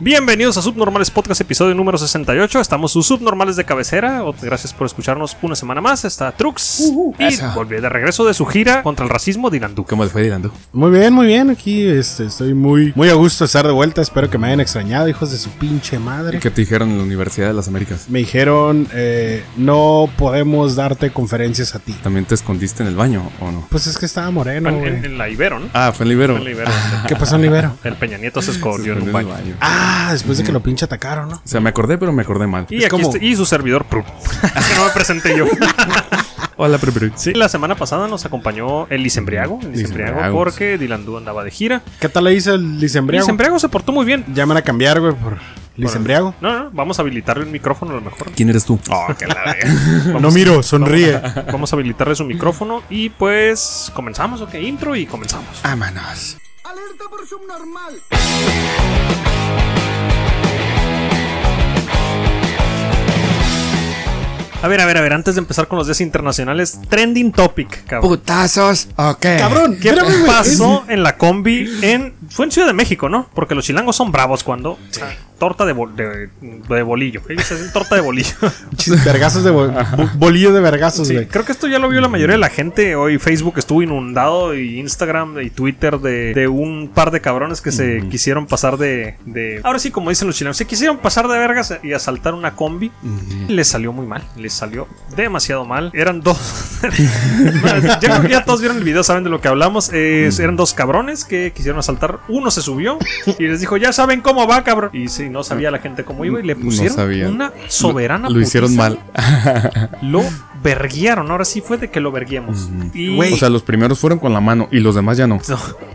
Bienvenidos a Subnormales Podcast, episodio número 68. Estamos sus subnormales de cabecera. Ot- Gracias por escucharnos una semana más. Está Trux Ujú. y Eso. volvió de regreso de su gira contra el racismo Dylan Duque. ¿Cómo les fue Dylan? Muy bien, muy bien. Aquí este, estoy muy, muy a gusto de estar de vuelta. Espero que me hayan extrañado, hijos de su pinche madre. ¿Y qué te dijeron en la Universidad de las Américas? Me dijeron, eh, no podemos darte conferencias a ti. ¿También te escondiste en el baño o no? Pues es que estaba moreno, En, en- güey. en la Ibero, ¿no? Ah, fue en Libero. En la Ibero. ¿Qué pasó en Libero? El Peña Nieto se Se escondió en escondió un en el baño. baño. Ah, después de que lo pinche atacaron, ¿no? O sea, me acordé, pero me acordé mal. Y, Es aquí como- está- y su servidor, Pru. que no me presenté yo. Hola, pero, pero- Sí, la semana pasada nos acompañó el Lisembriago. El Lisembriago, Lisembriago. porque Dylan Du andaba de gira. ¿Qué tal le hizo el lisembriago? Lisembriago se portó muy bien. Ya me van a cambiar, güey, por lisembriago. No, no, vamos a habilitarle un micrófono a lo mejor. ¿Quién eres tú? Oh. Vamos- No miro, sonríe. Vamos a habilitarle su micrófono y pues comenzamos, ok, intro y comenzamos. Ah, Ámanos. ¡Alerta por subnormal! A ver, a ver, a ver, antes de empezar con los días internacionales, trending topic, cabrón. ¿Putazos o qué? Cabrón, ¿Qué espérame, güey. pasó en la combi en... Fue en Ciudad de México, ¿no? Porque los chilangos son bravos cuando... Torta de, bol- de- de bolillo. Ellos hacen torta de bolillo. Es- chis- Vergazos de bo- bo- bolillo de vergazos, Sí, güey. Pues creo que esto ya lo vio la mayoría de la gente. Hoy Facebook estuvo inundado y Instagram y Twitter de, de un par de cabrones que se quisieron pasar de, de- Ahora sí, como dicen los chilenos, se quisieron pasar de vergas y asaltar una combi. Les salió muy mal, les salió demasiado mal. Eran dos... ya, creo que ya todos vieron el video, saben de lo que hablamos. Eh, Eran dos cabrones que quisieron asaltar. Uno se subió y les dijo, ya saben cómo va, cabrón. Y sí, no sabía la gente cómo iba y le No pusieron sabían. una soberana Lo hicieron putiza mal. lo verguiaron. Ahora sí fue de que lo verguiemos. Y O sea, los primeros fueron con la mano y los demás ya no. No, fíjate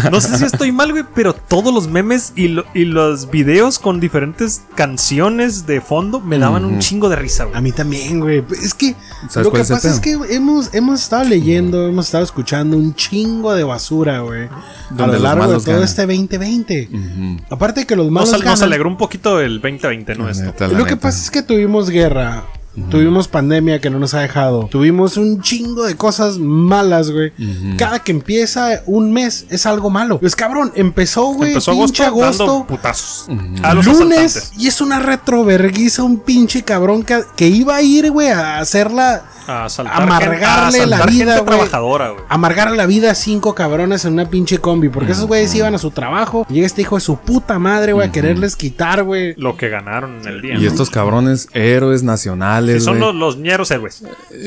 que no sé si estoy mal, güey, pero todos los memes y, lo- y los videos con diferentes canciones de fondo me daban un chingo de risa, A güey. mí también, güey. Pues, Es que ¿Sabes lo que cuál es el pasa es que hemos, hemos estado leyendo, hemos estado escuchando un chingo de basura, güey. A Donde los lo largo de malos todo ganan. este 2020. Ujú. Aparte de que los Nos, malos al- nos ganan, alegró un poquito el 2020, ¿no? La Esto. neta, la Lo que neta. pasa es que tuvimos guerra. Tuvimos pandemia que no nos ha dejado. Tuvimos un chingo de cosas malas, güey. Cada que empieza un mes es algo malo. Pues cabrón, empezó, güey. Empezó pinche agosto, dando agosto. putazos a los lunes. asaltantes. Y es una retroverguiza, un pinche cabrón que, que iba a ir, güey, a hacerla. A asaltar gente- a Amargarle la asaltar vida, gente güey. trabajadora, güey. amargar la vida a cinco cabrones en una pinche combi. Porque esos güeyes iban a su trabajo. Llega este hijo de su puta madre, güey, a quererles quitar, güey. Lo que ganaron en el día. Y ¿no? estos cabrones, héroes Sí, nacionales. son güey. los, los ñeros eh, héroes.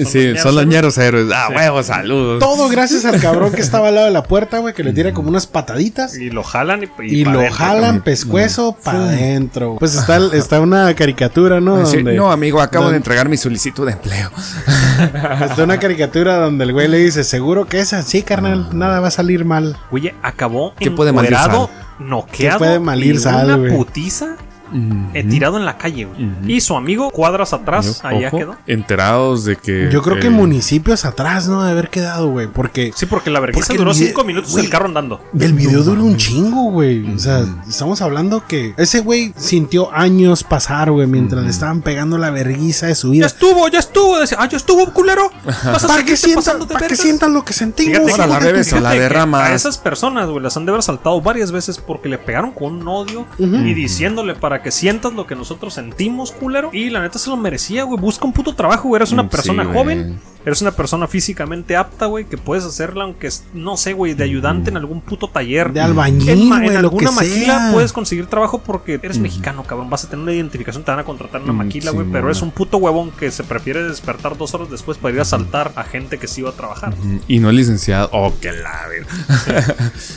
sí, son los ñeros. ñeros héroes. Ah, huevos, saludos. Todo gracias al cabrón que estaba al lado de la puerta, güey, que le tira como unas pataditas. Y lo jalan y, Y, pa' lo adentro. jalan pescuezo para adentro. güey. Pues está, el- está una caricatura, ¿no? Ah, Sí, Donde- no, amigo, acabo donde- de entregar mi solicitud de empleo. Está una caricatura donde el güey le dice, seguro que esa, sí, carnal, nada va a salir mal. Oye, acabó ¿Qué puede malir encuerado, sal? noqueado, ¿Qué puede malir y sal, una güey? putiza eh, tirado en la calle. güey. Y su amigo cuadras atrás, Ojo, allá Ah, quedó. Enterados de que. Yo creo que eh, municipios atrás no de haber quedado, güey, porque Sí, porque la vergüenza Porque duró el vide- cinco minutos güey. el carro andando. el video dura un chingo, güey. O sea, estamos hablando que ese güey sintió años pasar, güey, mientras le estaban pegando la verguiza de su Ya vida. estuvo, ya estuvo. Decía, ah, ya estuvo, culero. Vas a Para seguirte que sientan, pasando de para que vergas. sientan lo que sentimos. Fíjate que- hijo la de tu bebes o la fíjate que derramas. A esas personas, güey, las han de haber saltado varias veces porque le pegaron con un odio y diciéndole para que sientas lo que nosotros sentimos, culero. Y la neta se lo merecía, güey. Busca un puto trabajo, güey. Eres una Mm, persona sí, güey. joven, eres una persona físicamente apta, güey, que puedes hacerla, aunque es- no sé, güey, de ayudante en algún puto taller. De albañil, en, ma- güey, en lo que alguna maquila sea. puedes conseguir trabajo porque eres mexicano, cabrón. Vas a tener una identificación, te van a contratar en una Mm, maquila, sí, güey. pero no. eres un puto huevón que se prefiere despertar dos horas después para ir a saltar a gente que sí iba a trabajar. Y no es licenciado. Oh, que la ver-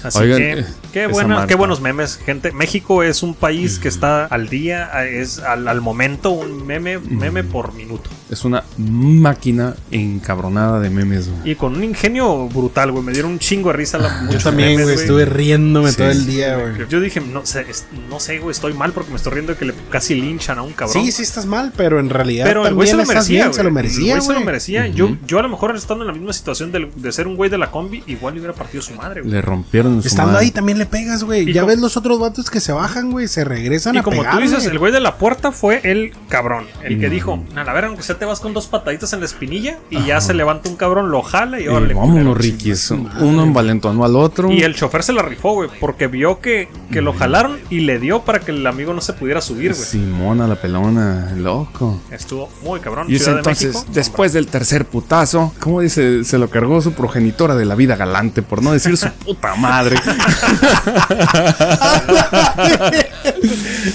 Así Oigan, que eh, qué, esa buena- marca. qué buenos memes, gente. México es un país que está al día, es al, al momento un meme, meme por minuto. Es una máquina encabronada de memes, güey. Y con un ingenio brutal, güey. Me dieron un chingo de risa la, Yo muchos también, memes, güey, güey. estuve riéndome Sí, todo el sí, día, güey. Yo dije, no sé, es- no sé, güey, estoy mal porque me estoy riendo de que le casi linchan a un cabrón. Sí, sí estás mal, pero en realidad Pero el también güey se lo estás merecía. bien, güey. se lo El merecía, güey se lo güey. merecía. yo, yo a lo mejor estando en la misma situación del- de, ser un güey de la combi, igual le hubiera partido su madre, güey. Le rompieron su Estando madre. ahí también le pegas, güey. Y Ya como- ves los otros vatos que se bajan, güey, se regresan Y a como pegar. tú dices, güey. Mm. el güey de la puerta fue el cabrón, el que dijo, a la verga, aunque sea te vas con dos pataditas en la espinilla y ya se levanta un cabrón, lo jala y Eh, órale. culero, vámonos, Ricky. chingas. eso. Uno envalentonó al otro. Y el chofer se la rifó, güey, porque vio que, que Mm. lo jalaron y le dio para que el amigo no se pudiera subir, güey. Simona la pelona, loco. Estuvo muy cabrón. Y es Ciudad de entonces, México, después del tercer putazo, ¿cómo dice? Se lo cargó su progenitora de la vida galante, por no decir su puta madre.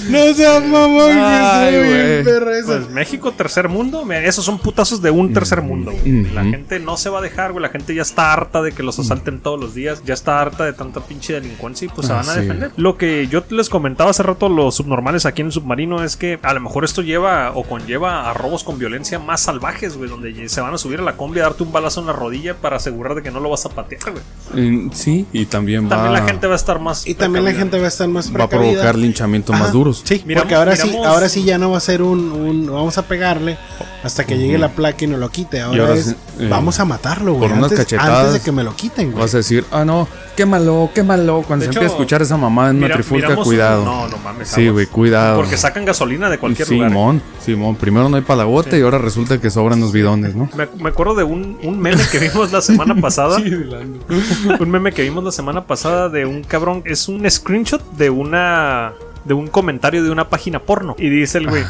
No seas mamón, que Ay, estuvo güey. bien perra esa. Pues México, tercer mundo, me- esos son putazos de un tercer mundo, güey. La Ujú. gente no se va a dejar, güey. La gente ya está harta de que los asalten todos los días, ya está harta de tanta pinche delincuencia y pues se Ah, van a sí. defender. Lo que yo les comentaba hace rato, los subnormales aquí en el submarino, es que a lo mejor esto lleva o conlleva a robos con violencia más salvajes, güey, donde se van a subir a la combi a darte un balazo en la rodilla para asegurar de que no lo vas a patear, güey. Mm, sí, y también, También va, la gente va a estar más. Y también la precavida. gente va a estar más va a precavida. provocar linchamientos Ajá, más duros. Sí, Miramos- porque ahora sí, miramos- ahora sí ya no va a ser un, un- vamos a pegarle hasta que llegue la placa y nos lo quite. Ahora, ahora es sí, eh, vamos a matarlo, güey. por unas Antes, cachetadas. antes de que me lo quiten, güey. Vas a decir, ah, no, quémalo, quémalo. Cuando De se hecho, empieza a escuchar esa mamá en una Mira- trifulca, miramos- cuidado. No, no mames. Sí, aguas. güey, cuidado. Porque sacan gasolina de cualquier lugar. eh. Simón, Simón, primero no hay palagote y ahora resulta que sobran los bidones, ¿no? Me, me acuerdo de un, un meme que vimos la semana pasada. un meme que vimos la semana pasada de un cabrón. Es un screenshot de una. De un comentario de una página porno. Y dice el güey.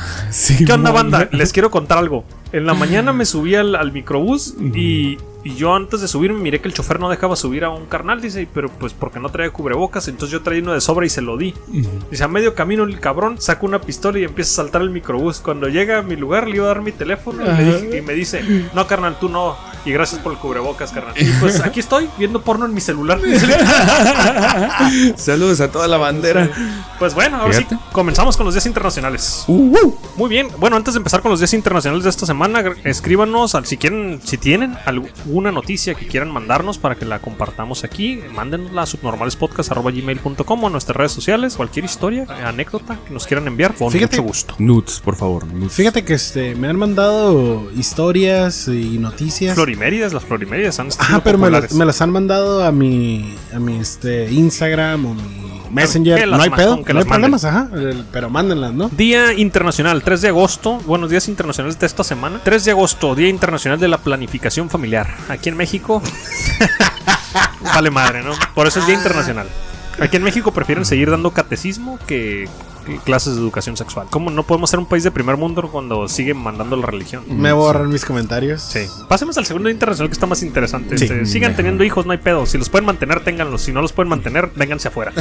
¿Qué onda, banda? Les quiero contar algo. En la mañana me subí al, al microbús y, y yo antes de subirme miré que el chofer no dejaba subir a un carnal. Dice, pero pues porque no traía cubrebocas. Entonces yo traía uno de sobra y se lo di. Dice, a medio camino el cabrón saca una pistola y empieza a saltar el microbús. Cuando llega a mi lugar le iba a dar mi teléfono y, le dije- y me dice, no, carnal, tú no. Y gracias por el cubrebocas, carnal. Y pues aquí estoy viendo porno en mi celular. Saludos a toda la bandera. Pues bueno, ahora sí, Fíjate. comenzamos con los días internacionales. Uh, uh. Muy bien, bueno, antes de empezar con los días internacionales de esta semana, gr- escríbanos al- si quieren, si tienen alguna noticia que quieran mandarnos para que la compartamos aquí, mándenosla a subnormalespodcast.gmail.com o a nuestras redes sociales, cualquier historia, eh, anécdota que nos quieran enviar, con Fíjate- mucho gusto. Nudes, por favor. nudes. Fíjate que este me han mandado historias y noticias. Floriméridas, las floriméridas han estado Ajá, pero me, las- populares. me las han mandado a mi a mi este Instagram o mi Que Messenger. las No hay ma- pedo, aunque no hay las manden. problemas, ajá. el- Pero mándenlas, ¿no? Día Internacional, 3 de agosto. Buenos días internacionales de esta semana. 3 de agosto, Día Internacional de la Planificación Familiar. Aquí en México. vale madre, ¿no? Por eso es Día Internacional. Aquí en México prefieren seguir dando catecismo que que clases de educación sexual. ¿Cómo no podemos ser un país de primer mundo cuando siguen mandando la religión? Mm, Mm, Me borran mis comentarios. Sí. Pasemos al segundo día internacional que está más interesante. Sí. Este, sigan teniendo hijos, no hay pedo. Si los pueden mantener, ténganlos. Si no los pueden mantener, vénganse afuera.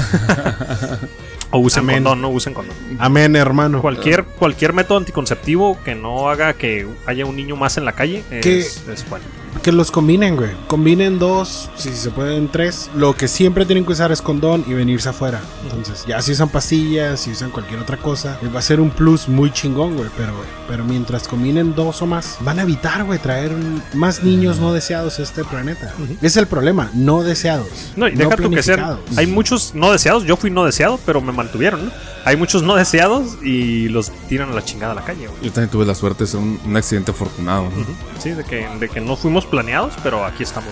o usen Amén. condón, no usen condón. Amén, hermano. Cualquier, cualquier método anticonceptivo que no haga que haya un niño más en la calle ¿Qué? es, es bueno. Que los combinen, güey. Combinen dos, si se pueden tres. Lo que siempre tienen que usar es condón y venirse afuera. Entonces, ya si usan pastillas, si usan cualquier otra cosa, les va a ser un plus muy chingón, güey. Pero, pero mientras combinen dos o más, van a evitar, güey, traer un- más niños no deseados a este planeta. Es el problema, no deseados. No, y deja tú que sean. planificados. Hay muchos no deseados. Yo fui no deseado, pero me mantuvieron. ¿no? Hay muchos no deseados y los tiran a la chingada a la calle. güey. Yo también tuve la suerte de ser un, un accidente afortunado. ¿no? Ujú. Sí, de que, de que no fuimos planeados, pero aquí estamos.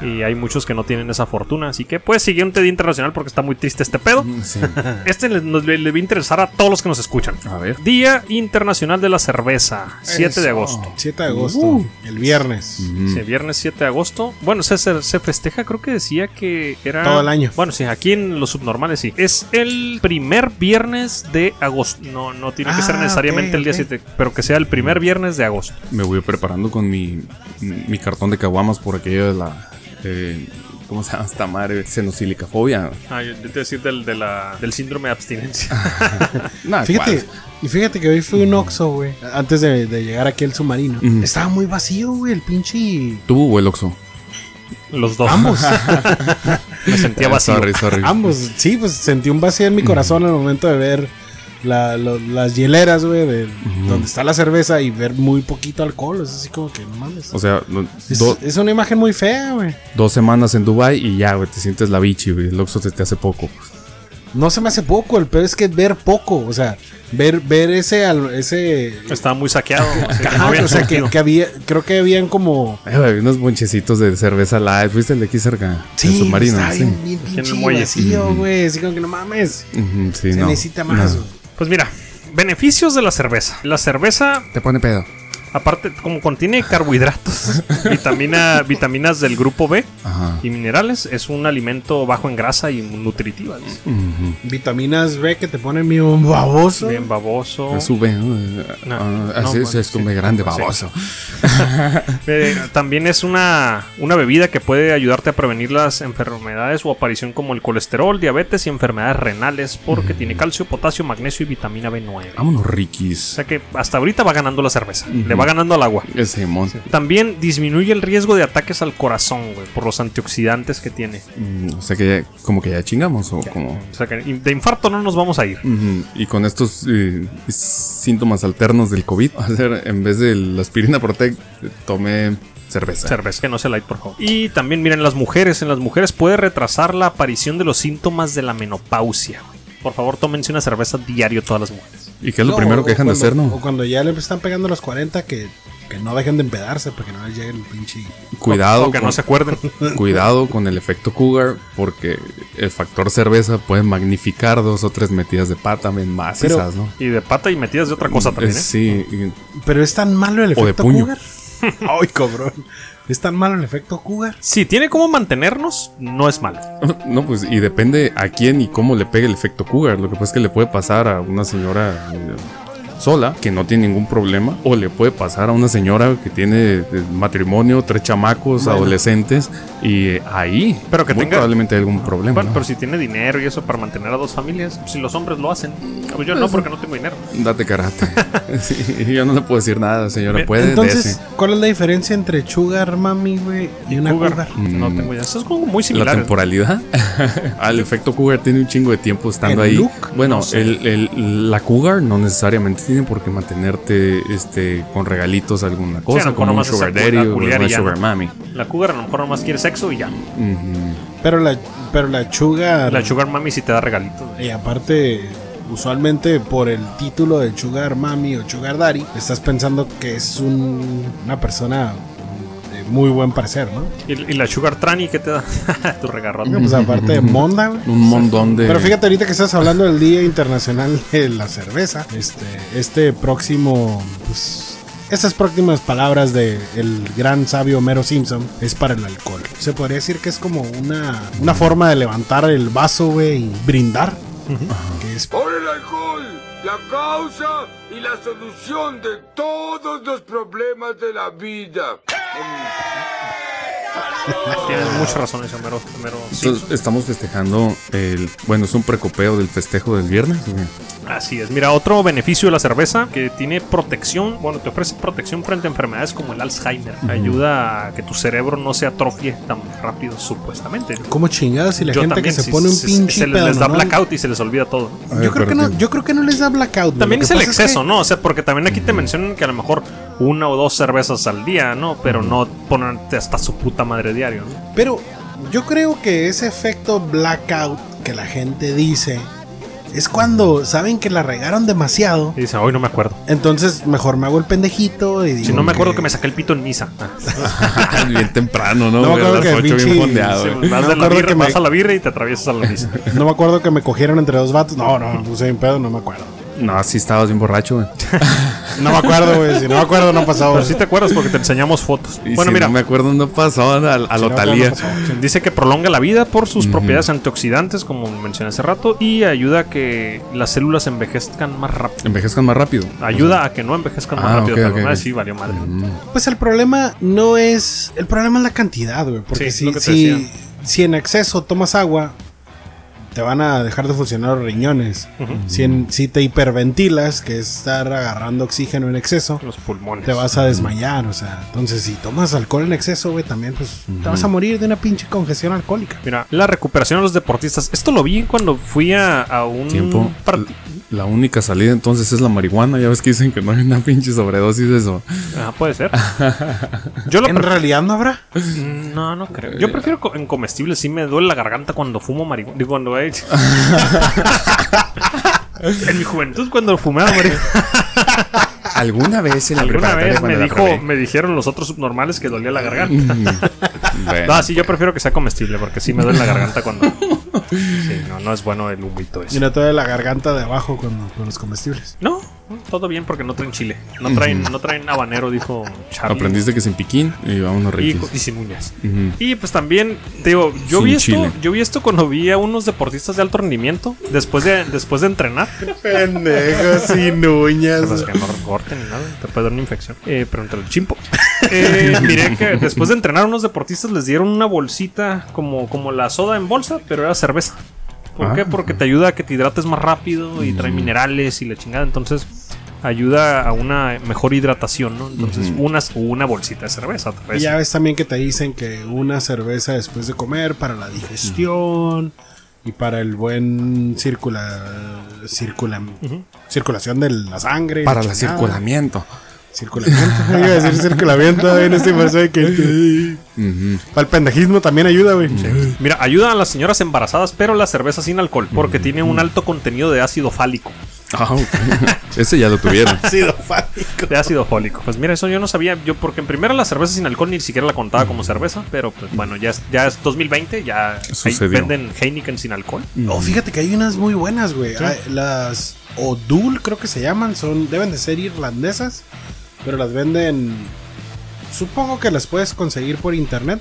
Y hay muchos que no tienen esa fortuna. Así que, pues, siguiente día internacional porque está muy triste este pedo. Sí. Este le, nos- le- le va a interesar a todos los que nos escuchan. A ver. Día Internacional de la Cerveza, 7 de Eso. agosto. 7 de agosto, Uh. el viernes. Mm. Sí, viernes 7 de agosto. Bueno, se, se, se festeja, creo que decía que era. Todo el año. Bueno, sí, aquí en los subnormales sí. Es el primer viernes de agosto. No, no tiene que Ah, ser necesariamente ok, el día ok. Mm. 7, pero que sea el primer viernes de agosto. Me voy preparando con mi, mi cartón de caguamas por aquello de la. eh, ¿Cómo se llama esta madre? Xenosilicafobia. Ah, yo te decir del, de la, del síndrome de abstinencia. Ah, Nah, Fíjate, ¿cuál? y fíjate que hoy fui un Oxxo, güey. Antes de, de llegar aquí al submarino. Ujú. Estaba muy vacío, güey, el pinche... ¿Tú o el Oxxo? Los dos. Ambos, Me sentía vacío. Sorry, sorry. ambos. Sí, pues sentí un vacío en mi corazón al momento de ver la- lo- las hieleras, güey, de donde está la cerveza y ver muy poquito alcohol. Es así como que, no mames. O sea, no- es, Pues, do- es una imagen muy fea, güey. dos semanas en Dubai y ya, güey, te sientes la bichi, güey. El Oxxo se te hace poco. No se me hace poco, el peor es que ver poco, o sea, ver, ver ese... al- ese Estaba muy saqueado. así que no Ah, había o sea, que, sentido. que había, creo que habían como... Ay, güey, unos bonchecitos de cerveza light. Fuiste el de aquí cerca. el submarino. está Sí, bien, bien en el pinche muelle. vacío, güey. Así como que no mames. Ujú, sí, Se no, necesita más. no. güey. Pues mira, beneficios de la cerveza. La cerveza Te pone pedo. Aparte, como contiene carbohidratos, vitamina, vitaminas del grupo B Ajá. y minerales, es un alimento bajo en grasa y nutritivo. dice. Ujú. Vitaminas B que te ponen bien baboso. Bien baboso. Es V, ¿no? No, Ah, no, así es, bueno, es como sí. grande, Sí. baboso. Eh, también es una, una bebida que puede ayudarte a prevenir las enfermedades o aparición como el colesterol, diabetes y enfermedades renales porque tiene calcio, potasio, magnesio y vitamina B9. Vámonos, O Rikis. sea que hasta ahorita va ganando la cerveza, Ah. Ujú. le va ganando al agua. Ese mon. También disminuye el riesgo de ataques al corazón, güey, por los antioxidantes que tiene. Mm, O sea que ya, como que ya chingamos o como... O sea que de infarto no nos vamos a ir. Ujú, Y con estos eh, síntomas alternos del COVID, o sea, en vez de la aspirina Protect, eh, tomé cerveza. Cerveza, que no se light, por favor. Y también, miren, las mujeres. En las mujeres puede retrasar la aparición de los síntomas de la menopausia. güey. Por favor, tómense una cerveza diario todas las mujeres. ¿Y qué es lo No, primero que o dejan de cuando- hacer, no? O cuando ya le están pegando los 40, que, que no dejen de empedarse para que no les llegue el pinche. Cuidado, O que no con, se acuerden. cuidado con el efecto cougar, porque el factor cerveza puede magnificar dos o tres metidas de pata men, más Pero- quizás, ¿no? y de pata y metidas de otra cosa Eh, también, ¿eh? Sí, y- Pero es tan malo el de efecto puño. Cougar. Ay, cabrón. Es tan malo el efecto Cougar. Si tiene cómo mantenernos, no es malo. No, pues y depende a quién y cómo le pegue el efecto cougar. Lo que pasa es que le puede pasar a una señora eh, sola, que no tiene ningún problema, o le puede pasar a una señora que tiene eh, matrimonio, tres chamacos, adolescentes, y eh, ahí Pero que muy tenga- probablemente hay algún problema. Bueno, ¿no? pero si tiene dinero y eso para mantener a dos familias, si los hombres lo hacen. Pues yo no, porque no tengo dinero. Date karate. Sí, yo no le puedo decir nada, señora. Bien, Puede Entonces, dese. ¿cuál es la diferencia entre Sugar Mami, güey, y una Cougar, Cougar? No tengo idea. Eso es como muy Mm. La similar. temporalidad al efecto cougar tiene un chingo de tiempo estando El ahí. look, bueno, no sé. el, el- la cougar no necesariamente tiene por qué mantenerte este, con regalitos alguna cosa, a lo mejor como un nomás es sugar acu- daddy o aculear y una ya, sugar ¿no? mami. La cougar a lo mejor nomás quiere sexo y ya. Ujú. Pero la, pero la Sugar. La sugar mami si te da regalitos. güey. Y aparte, usualmente por el título de Sugar Mami o Sugar Daddy, estás pensando que es un- una persona de muy buen parecer, ¿no? ¿Y, y la sugar tranny qué te da? tu regarrote. Pues aparte de Monda, güey. Un montón de. Pero fíjate ahorita que estás hablando del Día Internacional de la Cerveza. Este, este próximo, pues, estas próximas palabras de el gran sabio Homero Simpson es para el alcohol. Se podría decir que es como una, una forma de levantar el vaso, güey, y brindar. Que es Por el alcohol, la causa y la solución de todos los problemas de la vida. Tienes mucha razón, ese Homero. Homero Simpson. Entonces, estamos festejando el. Bueno, es un precopeo del festejo del viernes. güey. Así es. Mira, otro beneficio de la cerveza que tiene protección, bueno, te ofrece protección frente a enfermedades como el Alzheimer. Ayuda a que tu cerebro no se atrofie tan rápido, supuestamente. como chingados y la Yo gente también, que se si- pone un si- pinche se les, les da pedonón. blackout y se les olvida todo. A ver, Yo creo, que pero no, dime. yo creo que no les da blackout. güey. También Lo es que el pasa que- exceso, ¿no? O sea, porque también aquí te mencionan que a lo mejor una o dos cervezas al día, ¿no? Pero no ponerte hasta su puta madre diario, ¿no? Pero yo creo que ese efecto blackout que la gente dice es cuando saben que la regaron demasiado. Y dicen, hoy no me acuerdo. Entonces mejor me hago el pendejito y digo Si no me acuerdo que me saqué el pito en misa. Ah, bien temprano, ¿no? No me Güey, a acuerdo las que ocho bien pinche- fondeado, sí, güey. vas, de me la acuerdo birra, que me- vas a la birra y te atraviesas a la misa. No me acuerdo que me cogieron entre dos vatos. No, no, me puse bien pedo, no me acuerdo. No, sí estabas bien borracho, güey. No me acuerdo, güey. Si no me acuerdo, no ha pasado. Pero si te acuerdas porque te enseñamos fotos. Y bueno, si mira, no me acuerdo, no pasó a, a la Si no me acuerdo, Thalía. no pasó. dice que prolonga la vida por sus propiedades antioxidantes, como mencioné hace rato, y ayuda a que las células envejezcan más rápido. Envejezcan más rápido. Ayuda a que no envejezcan más Ah, rápido. ok, pero ok, nada, ok. sí, valió madre. Pues el problema no es. El problema es la cantidad, güey. Porque Sí, lo si, que te si, decía. si en exceso tomas agua, te van a dejar de funcionar los riñones. si, en- si te hiperventilas, que es estar agarrando oxígeno en exceso, Los pulmones. te vas a desmayar. O sea, entonces si tomas alcohol en exceso, güey, también pues te vas a morir de una pinche congestión alcohólica. Mira, la recuperación de los deportistas. Esto lo vi cuando fui a, a un Tiempo. part- La única salida entonces es la marihuana. Ya ves que dicen que no hay una pinche sobredosis de eso. Ah, puede ser. Yo lo En realidad no habrá. Mm, No, no creo. Yo prefiero co- en comestibles. Sí me duele la garganta cuando fumo marihuana. Digo, cuando he En mi juventud, cuando fumaba marihuana. Alguna vez en la Alguna preparatoria vez me cuando la dijo, me dijeron los otros subnormales que dolía la garganta. probé. Bueno, Ah, sí, yo prefiero que sea comestible porque sí me duele la garganta cuando. Sí, no, no es bueno el humito Y ese. no te duele la garganta de abajo con, con los comestibles. No, todo bien porque no traen chile. No traen, no traen habanero, dijo Charlie. Aprendiste que sin piquín y vámonos y, ricos. y sin uñas. Ujú. Y pues también, te digo, yo Sin vi, esto, chile. yo vi esto cuando vi a unos deportistas de alto rendimiento después de, después de entrenar. Pendejo, sin uñas. Pues que no corten ni nada, te puede dar una infección. Eh, pero entre el chimpo. Eh, miré que después de entrenar, unos deportistas les dieron una bolsita como, como la soda en bolsa, pero era cerveza. ¿Por Ah. Mm. qué? Porque te ayuda a que te hidrates más rápido y trae minerales y la chingada. Entonces ayuda a una mejor hidratación, ¿no? Entonces, unas, una bolsita de cerveza. otra Y vez. ya ves también que te dicen que una cerveza después de comer para la digestión y para el buen circula, circula, circulación de la sangre. Para la el chingada. circulamiento. Circulamiento. Iba a decir circulamiento en este paso de que. Ujú. Para el pendejismo también ayuda, güey. Mira, ayuda a las señoras embarazadas, pero la cerveza sin alcohol, porque tiene un alto contenido de ácido fálico. Ah, ok. Ese ya lo tuvieron. Ácido fálico. De ácido fólico. Pues mira, eso yo no sabía. Yo, porque en primera la cerveza sin alcohol ni siquiera la contaba como cerveza. Pero pues bueno, ya es, ya es 2020, ya ahí Sucedió. venden Heineken sin alcohol. No, fíjate que hay unas muy buenas, güey. Ah, Las Odul, creo que se llaman, son deben de ser irlandesas, pero las venden. Supongo que las puedes conseguir por internet.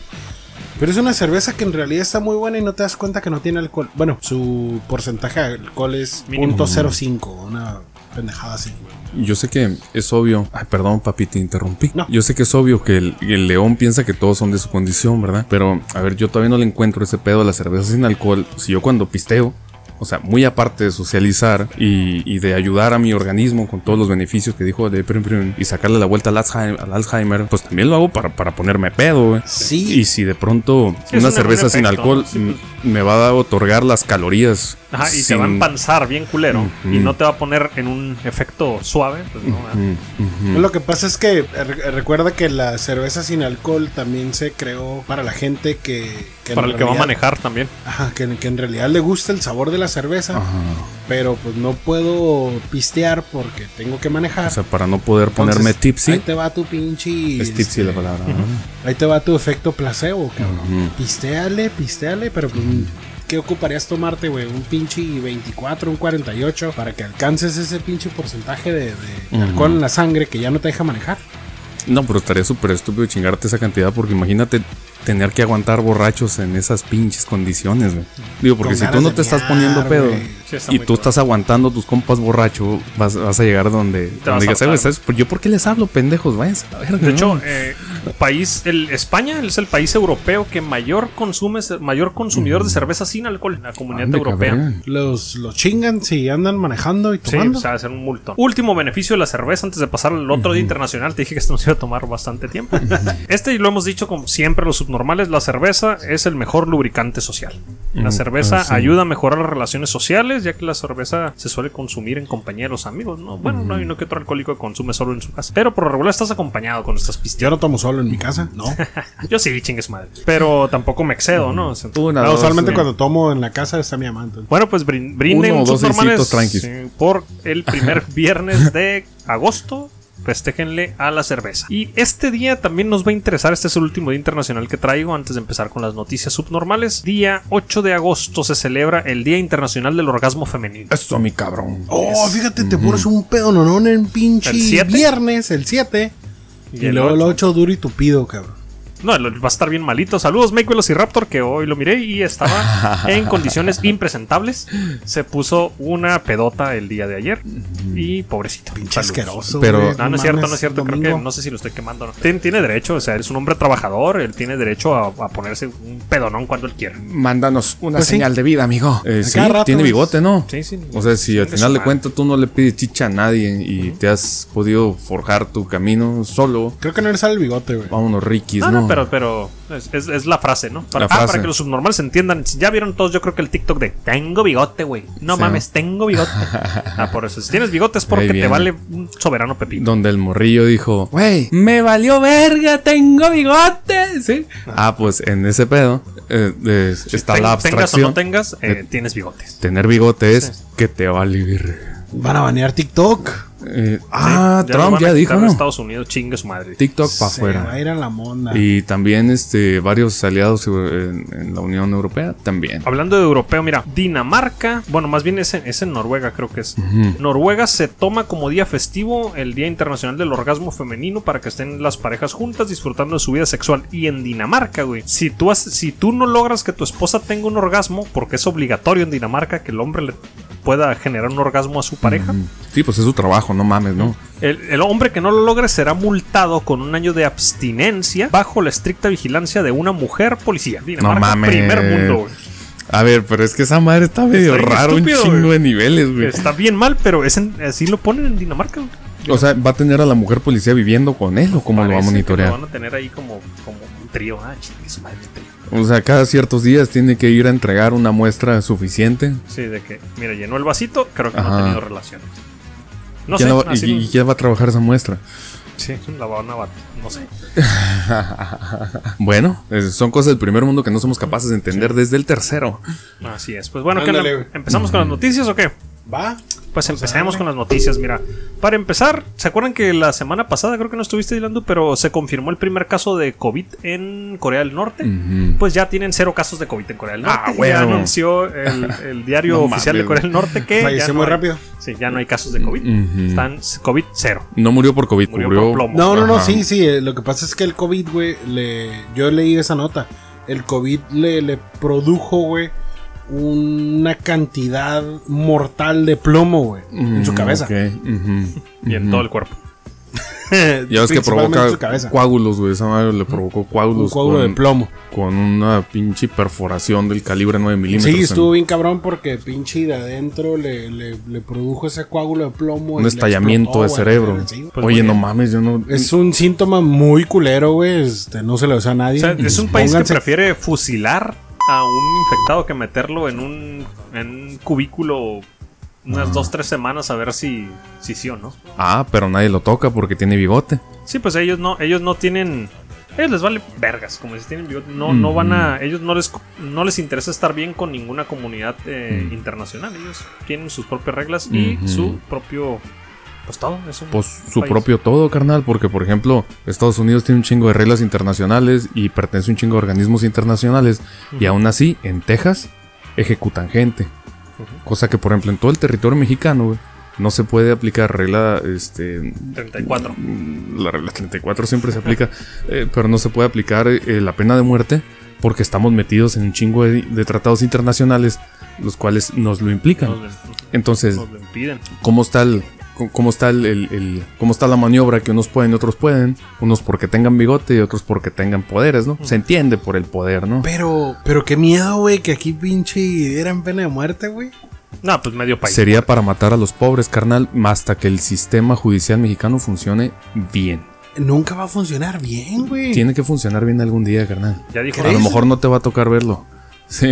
Pero es una cerveza que en realidad está muy buena y no te das cuenta que no tiene alcohol. Bueno, su porcentaje de alcohol es Mínimo. .05, una pendejada así, güey. Yo sé que es obvio. Ay, perdón, papi, te interrumpí. No. Yo sé que es obvio que el, el león piensa que todos son de su condición, ¿verdad? Pero, a ver, yo todavía no le encuentro ese pedo a la cerveza sin alcohol. Si yo cuando pisteo, o sea, muy aparte de socializar y, y de ayudar a mi organismo con todos los beneficios que dijo de Prim Prim y sacarle la vuelta al Alzheimer, al Alzheimer, pues también lo hago para, para ponerme pedo, güey. Sí. Y si de pronto Sí, es una un- cerveza un sin efecto, alcohol sí, m- me va a otorgar las calorías. Ajá, y te sin- va a empanzar bien culero. Ujú. Y no te va a poner en un efecto suave. Pues no, ¿verdad? Mm, ujú. Lo que pasa es que eh, re- recuerda que la cerveza sin alcohol también se creó para la gente que... que en Para el que va a realidad- manejar también. Ajá, que, que en realidad le gusta el sabor de la cerveza. Ajá. pero pues no puedo pistear porque tengo que manejar. O sea, para no poder Entonces, ponerme tipsy. Ahí te va tu pinche. Es tipsy este, la palabra. ¿no? Ahí te va tu efecto placebo, cabrón. Ujú. Pisteale, pisteale, pero pues, ¿qué ocuparías tomarte, güey? Un pinche 24, un 48, para que alcances ese pinche porcentaje de, de alcohol en la sangre que ya no te deja manejar. No, pero estaría súper estúpido chingarte esa cantidad porque imagínate tener que aguantar borrachos en esas pinches condiciones, güey. Digo, porque Con si tú ganas no de te estás mear, poniendo pedo güey. Sí, está y muy tú cabrón. estás aguantando tus compas borracho, vas, vas a llegar donde, donde vas a digas, "Eh, güey, hartar". ¿sabes? ¿Yo por qué les hablo, pendejos? Váyanse a la verga, De ¿no?" hecho, eh, país, el, España es el país europeo que mayor consume, mayor consumidor de cerveza sin alcohol en la comunidad Ande, europea. cabrón. Los, los chingan si andan manejando y Sí, tomando. o sea, hacer un multón. Último beneficio de la cerveza antes de pasar al otro día internacional. Te dije que esto nos iba a tomar bastante tiempo. este, y lo hemos dicho como siempre, los subnormales, la cerveza es el mejor lubricante social. La cerveza ah, sí. ayuda a mejorar las relaciones sociales, ya que la cerveza se suele consumir en compañía de los amigos. ¿no? Bueno, no hay no que otro alcohólico que consume solo en su casa. Pero por lo regular estás acompañado con estas pistas. Yo no tomo solo en mi casa, no. Yo sí, chingues madre. Pero tampoco me excedo, ¿no? O sea, Una, No, dos, usualmente güey. cuando tomo en la casa está mi amante. Bueno, pues brin- brinden Uno o sus dos normales seisitos tranquis. sí, por el primer viernes de agosto. Festéjenle a la cerveza. Y este día también nos va a interesar. Este es el último día internacional que traigo antes de empezar con las noticias subnormales. Día 8 de agosto se celebra el Día Internacional del Orgasmo Femenino. Esto, mi cabrón. Oh, fíjate, te pones un pedo nonón en pinche ¿El siete? viernes, el 7. Y, el luego el ocho. 8 duro y tupido, cabrón. No, lo- va a estar bien malito. Saludos, Make Velociraptor, que hoy lo miré y estaba en condiciones impresentables. Se puso una pedota el día de ayer. Y pobrecito. Pinche Salud. asqueroso. Pero- güey, No, no, es cierto, Pues mames, no es cierto. Creo domingo. que no sé si lo estoy quemando. o no. Tien- tiene derecho, o sea, es un hombre trabajador. Él tiene derecho a, a ponerse un pedonón cuando él quiera. Mándanos una Pues sí. de vida, amigo. Eh, sí, cada rato tiene es- bigote, ¿no? Sí, sí. O sea, si al Chingue final su de madre. cuentas tú no le pides chicha a nadie y te has podido forjar tu camino solo, Creo que no le sale el bigote, güey. vámonos riquis, No, ¿no? no, pero, pero es, es- es la frase, ¿no? Para, La ah, frase. para que los subnormales entiendan. Si Ya vieron todos, yo creo que el TikTok de tengo bigote, güey. No Sí. mames, tengo bigote. ah, por eso. Si tienes bigote es porque Ahí te viene. vale un soberano pepino. Donde el morrillo dijo, wey, me valió verga, tengo bigote. Sí. Ah, pues en ese pedo eh, eh, está Ten- la tengas o no abstracción. tengas, eh, tienes bigotes. Tener bigote es que te vale verga. Van a banear TikTok. eh, ah, Sí, ya lo van Trump a ya dijo. quitar de ¿no? Estados Unidos, chingue su madre. TikTok para Se afuera. va a ir a la monda. Y también este, varios aliados eh, en, en la Unión Europea también. Hablando de europeo, mira, Dinamarca, bueno, más bien es en, es en Noruega, creo que es. Ujú. Noruega se toma como día festivo el Día Internacional del Orgasmo Femenino para que estén las parejas juntas disfrutando de su vida sexual. Y en Dinamarca, güey, si tú, has- si tú no logras que tu esposa tenga un orgasmo, porque es obligatorio en Dinamarca que el hombre le pueda generar un orgasmo a su pareja, Ujú. Sí, pues es su trabajo, no mames, ¿no? el, el hombre que no lo logre será multado con un año de abstinencia bajo la estricta vigilancia de una mujer policía. Dinamarca, mames. primer mundo, güey. A ver, pero es que esa madre está medio Está bien raro, estúpido, un chingo güey. de niveles, güey. Está bien mal, pero es en- así lo ponen en Dinamarca. güey. O sea, ¿va a tener a la mujer policía viviendo con él o cómo lo va a Parece que monitorear? Lo van a tener ahí como, como un trío. Ah, chingue su madre, un trío. O sea, cada ciertos días tiene que ir a entregar una muestra suficiente. Sí, de que, mira, llenó el vasito, creo que no Ajá. ha tenido relaciones. No sé, ¿Quién la va- así y, lo- y quién va a trabajar esa muestra? sí, la van a batir, no sé. Bueno, es- son cosas del primer mundo que no somos capaces de entender desde el tercero. Así es. Pues bueno, ¿qué onda? Ándale, güey. ¿empezamos con las noticias o qué? ¿Va? Pues empecemos con las noticias, mira. Para empezar, ¿se acuerdan que la semana pasada creo que no estuviste hilando, pero se confirmó el primer caso de COVID en Corea del Norte? Pues ya tienen cero casos de COVID en Corea del Norte. Ah, güey. Ya anunció el, el diario No oficial mames, de Corea del Norte que. ya Falleció no muy hay- rápido. Sí, ya no hay casos de COVID. Ujú. Están s- COVID cero. No murió por COVID, Murió murió por plomo. No, no, no, Ajá. sí, sí. eh, Lo que pasa es que el COVID, güey, le, yo leí esa nota. El COVID le, le produjo, güey, una cantidad mortal de plomo, güey, en su Mm, cabeza. ok, ujú. Y en todo el cuerpo. Ya ves que Principalmente provoca en su cabeza. coágulos, güey. Esa madre le provocó coágulos. Un coágulo de plomo. Con una pinche perforación del calibre 9 milímetros. Sí, en- estuvo bien cabrón porque pinche de adentro le, le, le produjo ese coágulo de plomo. y Un le estallamiento de explotó, cerebro. güey, sí, güey. Pues Oye, muy no bien. mames, yo no. Es un síntoma muy culero, güey. Este, no se le usa a nadie. O sea, es un país que Pónganse- prefiere fusilar a un infectado que meterlo en un, en un cubículo unas dos, tres semanas a ver si, si sí o no. Ah, pero nadie lo toca porque tiene bigote. Sí, pues ellos no, ellos no tienen. Ellos les vale vergas, como si tienen bigote. No, no van a. Ellos no les no les interesa estar bien con ninguna comunidad eh, internacional. Ellos tienen sus propias reglas y Ujú. su propio. Pues todo, es un Pues su país. propio todo, carnal. Porque, por ejemplo, Estados Unidos tiene un chingo de reglas internacionales y pertenece a un chingo de organismos internacionales. Y aún así, en Texas, ejecutan gente. Cosa que, por ejemplo, en todo el territorio mexicano, güey, no se puede aplicar regla este, 34. Mm, La regla 34 siempre se aplica, eh, pero no se puede aplicar eh, la pena de muerte porque estamos metidos en un chingo de, de tratados internacionales, los cuales nos lo Nos, implican. lo- Entonces, nos lo impiden. ¿cómo está el... cómo- ¿Cómo está, el, el- el- cómo está la maniobra que unos pueden y otros pueden? Unos porque tengan bigote y otros porque tengan poderes, ¿no? Se entiende por el poder, ¿no? Pero, pero qué miedo, güey, que aquí pinche eran pena de muerte, güey. No, pues medio país. Sería para matar a los pobres, carnal, hasta que el sistema judicial mexicano funcione bien. Nunca va a funcionar bien, güey. Tiene que funcionar bien algún día, carnal. Ya dijo. A lo ¿Crees? mejor no te va a tocar verlo. Sí.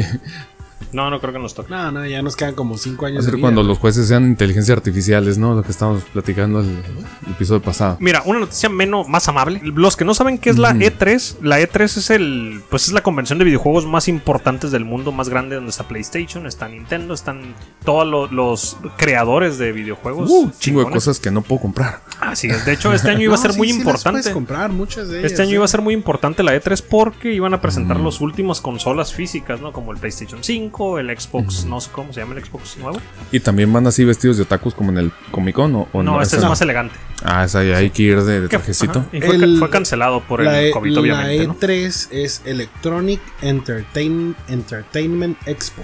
No, no creo que nos toque. No, no, ya nos quedan como cinco Va a años. ser de cuando vida. los jueces sean inteligencias artificiales, ¿no? Lo que estábamos platicando el, el episodio pasado. Mira, una noticia menos, más amable. Los que no saben qué es la E3, la E3 es el, pues es la convención de videojuegos más importantes del mundo, más grande donde está PlayStation, está Nintendo, están todos lo- los creadores de videojuegos. Uh, chingo de chingones. cosas que no puedo comprar. Así es. De hecho, este año iba a No, ser sí, muy sí las importante. puedes comprar muchas de ellas. Este año sí. iba a ser muy importante la E3 porque iban a presentar las últimas consolas físicas, ¿no? Como el PlayStation 5, el Xbox, no sé cómo se llama el Xbox nuevo. Y también van así vestidos de otakus como en el Comic Con o, o no, este es Esa- más elegante. Ah, esa ya hay que ir de, de Que- trajecito. ajá, y fue, El- fue cancelado por la el E- COVID, la obviamente. ¿no? E3 es Electronic Entertain- Entertainment Expo.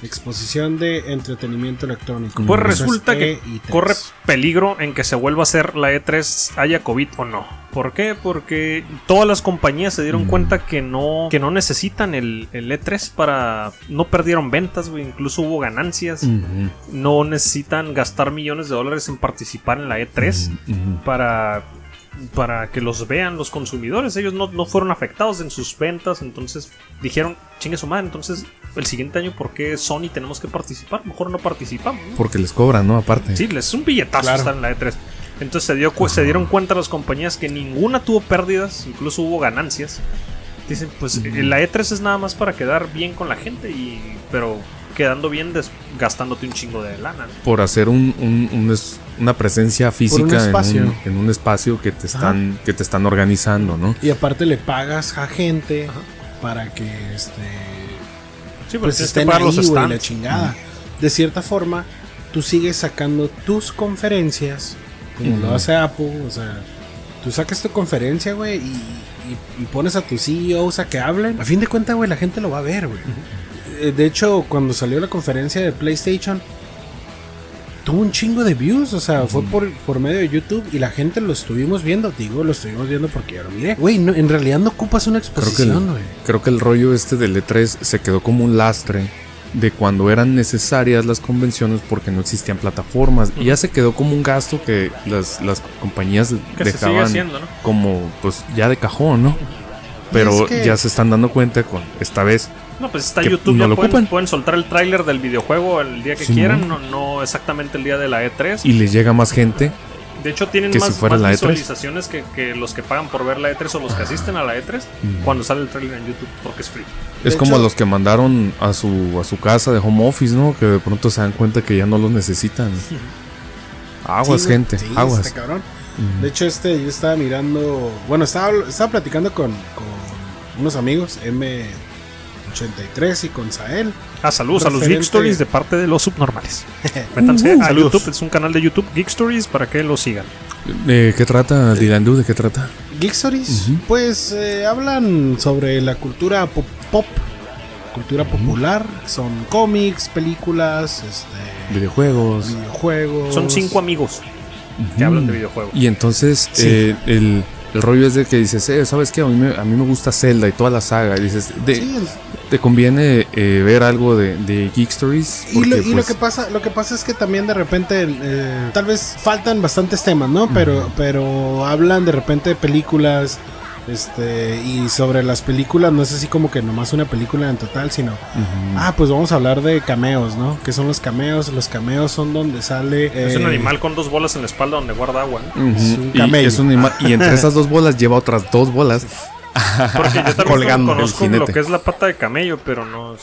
Exposición de entretenimiento electrónico. Pues Eso es E resulta que E3. corre peligro en que se vuelva a hacer la E3 haya COVID o no. ¿Por qué? Porque todas las compañías se dieron cuenta que no, que no necesitan el, el E3 para... No perdieron ventas, güey, incluso hubo ganancias. Ujú, No necesitan gastar millones de dólares en participar en la E3 ujú. para, para que los vean los consumidores. Ellos no, no fueron afectados en sus ventas, entonces dijeron, chingue su madre, entonces el siguiente año, ¿por qué Sony tenemos que participar? Mejor no participamos. ¿no?" Porque les cobran, ¿no? Aparte. Sí, les es un billetazo Claro. estar en la E3. Entonces se, dio, cu- se dieron cuenta las compañías que ninguna tuvo pérdidas, incluso hubo E ganancias. Dicen, pues eh, la E3 es nada más para quedar bien con la gente, y pero quedando bien des- gastándote un chingo de lana. ¿no? por hacer un, un- un es- una presencia física en un- espacio. En, un, espacio que te están que te están organizando, ¿no? Y aparte le pagas a gente para que este Sí, pero pues tienes que estén pagar ahí, los güey, la stands. chingada. De cierta forma, tú sigues sacando tus conferencias, como lo Ujú. hace Apple, o sea, tú sacas tu conferencia, güey, y, y- y pones a tus CEOs a que hablen. A fin de cuentas, güey, la gente lo va a ver, güey. Eh, De hecho, cuando salió la conferencia de PlayStation, tuvo un chingo de views, o sea, fue por, por medio de YouTube y la gente lo estuvimos viendo, digo, lo estuvimos viendo porque yo lo miré. Güey, no, en realidad no ocupas una Creo que, el, exposición, güey. creo que el rollo este del E3 se quedó como un lastre de cuando eran necesarias las convenciones porque no existían plataformas. Y ya se quedó como un gasto que las, las compañías Que se sigue dejaban haciendo, ¿no? como pues ya de cajón, ¿no? Pero es que- ya se están dando cuenta con esta vez. No, pues está que YouTube, no ya lo pueden, ocupan. pueden soltar el tráiler del videojuego el día que Sí, quieran, ¿no? no, no exactamente el día de la E3. Y les llega más gente. De hecho, tienen Que si más, fuera más la E E3. visualizaciones que, que los que pagan por ver la E3 o los que asisten a la E3 cuando sale el trailer en YouTube, porque es free. Es De como hecho- los que mandaron a su, a su casa de home office, ¿no? Que de pronto se dan cuenta que ya no los necesitan. Aguas, Sí, güey. gente, Sí, aguas. está cabrón. De hecho, este, yo estaba mirando. Bueno, estaba, estaba platicando con, con unos amigos, M83 y con Sael. Ah, saludos a los Referente- Geek Stories de parte de los subnormales. Métanse Uh, a saludos. YouTube, es un canal de YouTube, Geek Stories, para que lo sigan. Eh, ¿Qué trata, Dilandú? ¿De qué trata? Geekstories, pues eh, hablan sobre la cultura pop, pop, cultura popular. Son cómics, películas, este, Videojuegos. videojuegos. Son cinco amigos que hablan de videojuegos. Pues, Y entonces Sí. eh, el, el rollo es de que dices, eh, ¿sabes qué? A mí, me, a mí me gusta Zelda y toda la saga. Y dices, de- Sí, el- ¿te conviene eh, ver algo de, de Geek Stories? Y, lo, Porque, y lo pues, que pasa, lo que pasa es que también de repente eh, tal vez faltan bastantes temas, ¿no? Pero, pero hablan de repente de películas. Este, y sobre las películas, no es así como que nomás una película en total, sino, ah, pues vamos a hablar de cameos, ¿no? ¿Qué son los cameos? Los cameos son donde sale... es un eh, animal con dos bolas en la espalda donde guarda agua. ¿no? ujú, es un y camello. es un ima- y entre esas dos bolas lleva otras dos bolas. Porque yo también Colgando el conozco lo jinete. Mm. que es la pata de camello, pero no. Ujú.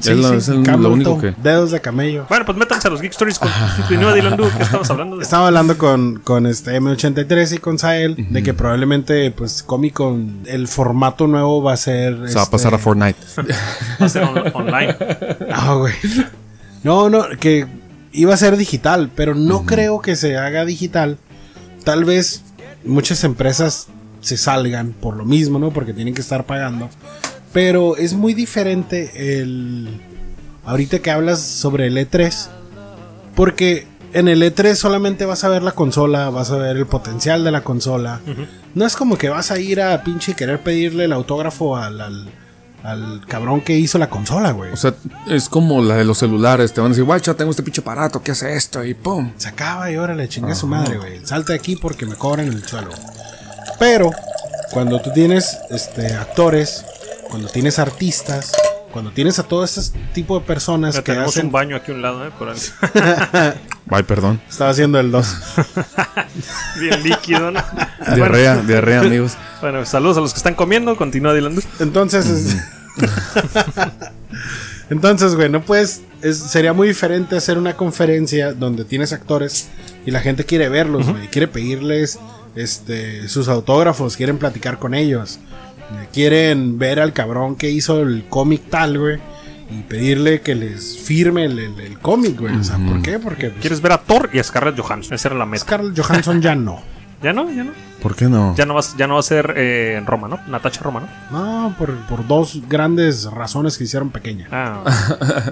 sí, es la- sí, es el- Camelton, lo único que... Dedos de camello. Bueno, pues métanse a los Geek Stories. con- Continúa, Dylan Du, que estamos hablando de. Estaba hablando con, con este M83 y con Sael de que probablemente, pues, Comic Con, el formato nuevo va a ser. Se va a pasar a Este Fortnite. Va a ser on- online. Ah, güey. No, no, que iba a ser digital, pero no creo que se haga digital. Tal vez muchas empresas se salgan por lo mismo, ¿no? Porque tienen que estar pagando. Pero es muy diferente el... Ahorita que hablas sobre el E3. Porque en el E3 solamente vas a ver la consola, vas a ver el potencial de la consola. No es como que vas a ir a pinche querer pedirle el autógrafo al, al, al cabrón que hizo la consola, güey. O sea, es como la de los celulares. Te van a decir, guacha, tengo este pinche aparato, ¿qué hace esto? Y pum. Se acaba y ahora le chingue a su madre, güey. Salte de aquí porque me cobran el suelo. Pero, cuando tú tienes este, actores, cuando tienes artistas, cuando tienes a todo este tipo de personas Ya que tenemos hacen. un baño aquí a un lado, ¿eh? Por ahí. Ay, perdón. Estaba haciendo el 2. Bien líquido, ¿no? Diarrea, diarrea, amigos. Bueno, bueno, saludos a los que están comiendo. Continúa, Dylan Du. Entonces. es- Entonces, güey, no puedes. es- sería muy diferente hacer una conferencia donde tienes actores y la gente quiere verlos, güey. Quiere pedirles este, sus autógrafos, quieren platicar con ellos. eh, Quieren ver al cabrón que hizo el cómic tal, güey. Y pedirle que les firme el, el- el cómic, güey. O sea, ¿por qué? Porque pues, ¿Quieres ver a Thor y a Scarlett Johansson? Esa era la meta. Scarlett Johansson ya no. ¿Ya no? ¿Ya no? ¿Por qué no? Ya no, vas, ya no va a ser eh, en Roma, ¿no? Natacha Roma, ¿no? No, por, por dos grandes razones que hicieron pequeña. Ah,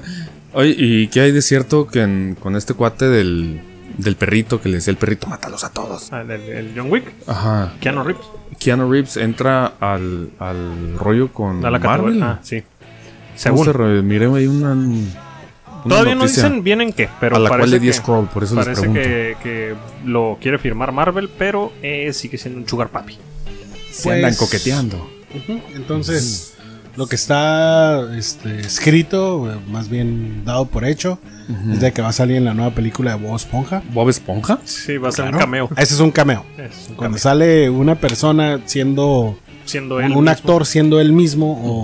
Oye, ¿y qué hay de cierto que en- con este cuate del, del perrito que le decía el perrito, mátalos a todos? el, el- el John Wick. Ajá. Keanu Reeves. Keanu Reeves entra al, al rollo con Da la Marvel. categoría. Ah, sí. Según. Según. miré ahí una, una Todavía no noticia dicen bien en qué, pero a la parece cual le di que- scroll, por eso les Parece pregunto. que, que lo quiere firmar Marvel, pero eh, sigue siendo un sugar papi. Se andan Pues- coqueteando. Ujú, Entonces, lo que está este, escrito, eh, más bien dado por hecho, es de que va a salir en la nueva película de Bob Esponja. ¿Bob Esponja? Sí, va a ser Claro. un cameo. Ese es un cameo. Es un cameo. Cuando sale una persona siendo Siendo un él un mismo. actor siendo él mismo o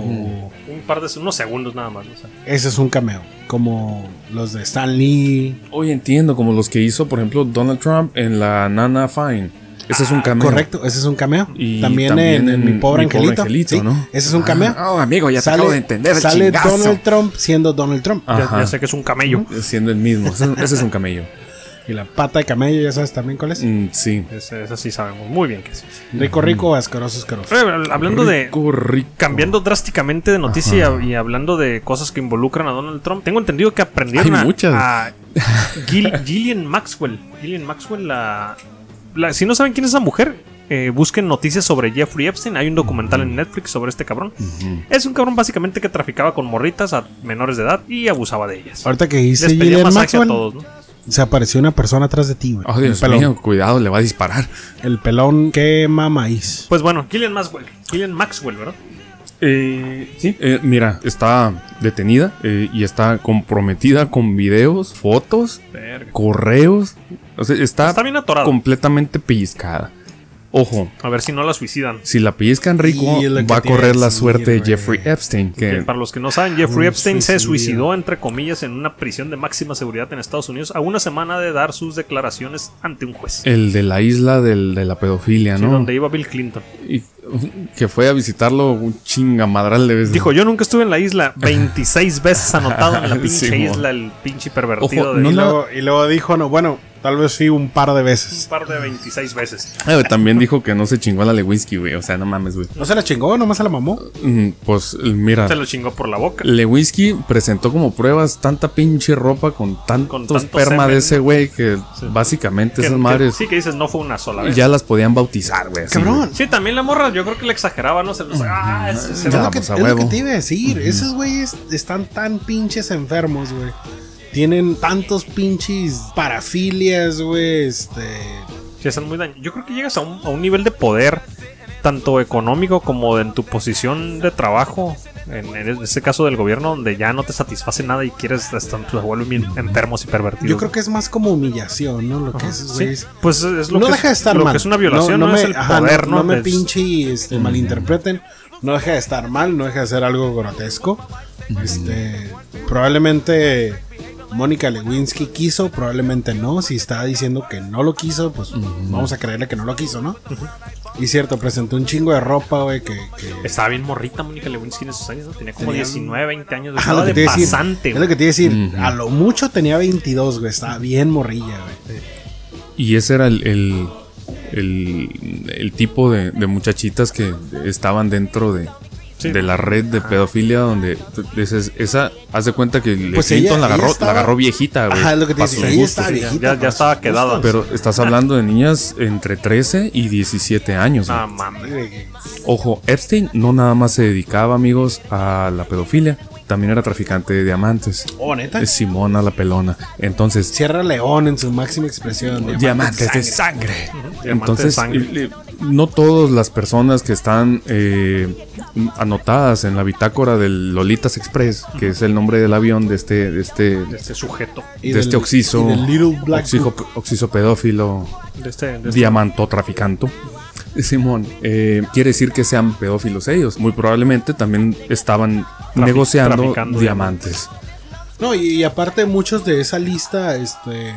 Un par de unos segundos nada más. o sea. Ese es un cameo. Como los de Stan Lee. Hoy entiendo, como los que hizo, por ejemplo, Donald Trump en la Nana Fine. Ese es un cameo. Correcto, ese es un cameo. Y también, en, también en en Mi Pobre Mi Pobre Angelito. Angelito, sí, ¿no? Ah, pues Ese es un cameo. Oh, amigo, ya te acabo de entender. sale chingazo. Donald Trump siendo Donald Trump. Ya- Ajá. Ya, sé que es un camello. Siendo el mismo. Ese, ese es un camello. Y la pata de camello, ya sabes también cuál es. Mm, sí. Ese- ese sí sabemos muy bien que es. Rico, rico, asqueroso, asqueroso. Eh, Hablando de. Rico, rico. Cambiando drásticamente de noticia y hablando de cosas que involucran a Donald Trump, tengo entendido que aprendieron Hay a- muchas. a, Gil- Gillian Maxwell. Gillian Maxwell, la, la- Si no saben quién es esa mujer, eh, busquen noticias sobre Jeffrey Epstein. Hay un documental en Netflix sobre este cabrón. Es un cabrón básicamente que traficaba con morritas a menores de edad y abusaba de ellas. Ahorita que Les hice pedía Gillian masaje Maxwell, a todos, ¿no? se apareció una persona atrás de ti, güey. Oh, el Dios pelón. mío, cuidado, le va a disparar. El pelón quema maíz. Pues bueno, Gillian Maxwell. Gillian Maxwell, ¿verdad? Eh, sí. Eh, mira, está detenida eh, y está comprometida con videos, fotos, correos. O sea, está, Está bien atorada. completamente pellizcada. Ojo, A ver si no la suicidan. si la pellizcan rico, Y es lo que va a te iba a correr la decir, suerte de güey. Jeffrey Epstein. Que Que, para los que no saben, Jeffrey Un Epstein se suicidio. suicidó, entre comillas, en una prisión de máxima seguridad en Estados Unidos a una semana de dar sus declaraciones ante un juez. el de la isla del- de la pedofilia, Sí, Eh, ¿no? Donde iba Bill Clinton. Y- que fue a visitarlo un chingamadral de veces. Dijo, yo nunca estuve en la isla 26 veces anotado en la pinche Sí, mo. isla el pinche pervertido Ojo, de no Y, la- luego, y luego dijo, no, bueno, tal vez fui un par de un veces. par de 26 veces. Eh, también dijo que no se chingó a la Lewinsky, güey. O sea, no mames, güey. No se la chingó, nomás se la mamó. Mm, Pues mira, Se lo chingó por la boca. Lewinsky presentó como pruebas tanta pinche ropa con tantos Con tanto esperma semen. de ese güey que básicamente Que- esas que- madres sí, que dices, no fue una sola vez. ya las podían bautizar, güey. así, güey. Sí, también la morra, yo creo que la exageraba, ¿no? Se los- ah, se- se- Es lo, Vamos que, a es lo huevo. que te iba a decir. Esos güeyes están tan pinches enfermos, güey. Tienen tantos pinches parafilias, güey. Este. Sí, hacen muy daño. Yo creo que llegas a un, a un nivel de poder, tanto económico como en tu posición de trabajo, en, en este caso del gobierno, donde ya no te satisface nada y quieres estar tus abuelos bien enfermos y pervertidos. Yo creo que es más como humillación, ¿no? Lo que Ajá, esos sí. güeyes. Pues es lo no que deja de es, estar lo mal. que es una violación, no, me- es el ajá, poder, no, ¿no? no me Es- pinche este, malinterpreten. No deja de estar mal, no deja de ser algo grotesco. Este, probablemente Mónica Lewinsky quiso, probablemente no. Si está diciendo que no lo quiso, pues vamos a creerle que no lo quiso, ¿no? Y cierto, presentó un chingo de ropa, güey, que, que- Estaba bien morrita Mónica Lewinsky en esos años, ¿no? tenía como Tenía- 19, 20 años, Ajá, lo estaba que te de iba a decir. pasante. Es lo güey. que te iba a decir. A lo mucho tenía 22, güey. Estaba bien morrilla, güey. Y ese era el, el, el- el tipo de, de muchachitas que estaban dentro de, Sí. de la red de pedofilia donde esa, esa hace cuenta que le Pues Clinton ella- la, ella agarró, estaba- la agarró viejita, güey. Ajá, es lo que te pa' iba a decir. sus Ella gustos. estaba viejita. ya- ya para estaba sus quedada, gustos. Pero estás hablando de niñas entre 13 y 17 años. güey. Ah, mames. Güey, Ojo, Epstein no nada más se dedicaba, amigos, a la pedofilia, también era traficante de diamantes. Oh, neta. Es Simona la pelona. Entonces, Sierra León en su máxima expresión. diamantes, diamante. de sangre. Diamantes de Entonces, sangre. eh, eh, no todas las personas que están eh, anotadas en la bitácora del Lolitas Express, que es el nombre del avión de este, de este, De este sujeto, Y de del- este oxiso, y del Little Black oxiso, oxiso pedófilo de este, de este- diamanto traficante. Simón, eh, quiere decir que sean pedófilos ellos. Muy probablemente también estaban negociando traficando diamantes. No, y, y aparte muchos de esa lista, este,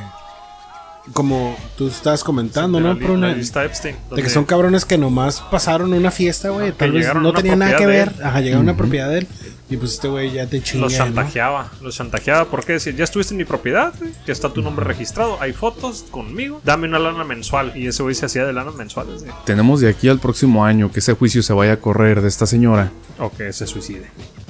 como tú estás comentando, de la ¿no? li- Por una- la lista Epstein, de que donde- son cabrones que nomás pasaron una fiesta, güey. que Tal vez llegaron a no una tenía nada que propiedad ver. de Ajá, llegaron a una propiedad de él. Y pues este güey ya te chinga. Los chantajeaba, los chantajeaba porque decía, ya estuviste en mi propiedad, güey, ya está tu nombre registrado, hay fotos conmigo, dame una lana mensual. Y ese güey se hacía de eh, lana mensual. desde- Tenemos de aquí al próximo año que ese juicio se vaya a correr de esta señora O que se suicide.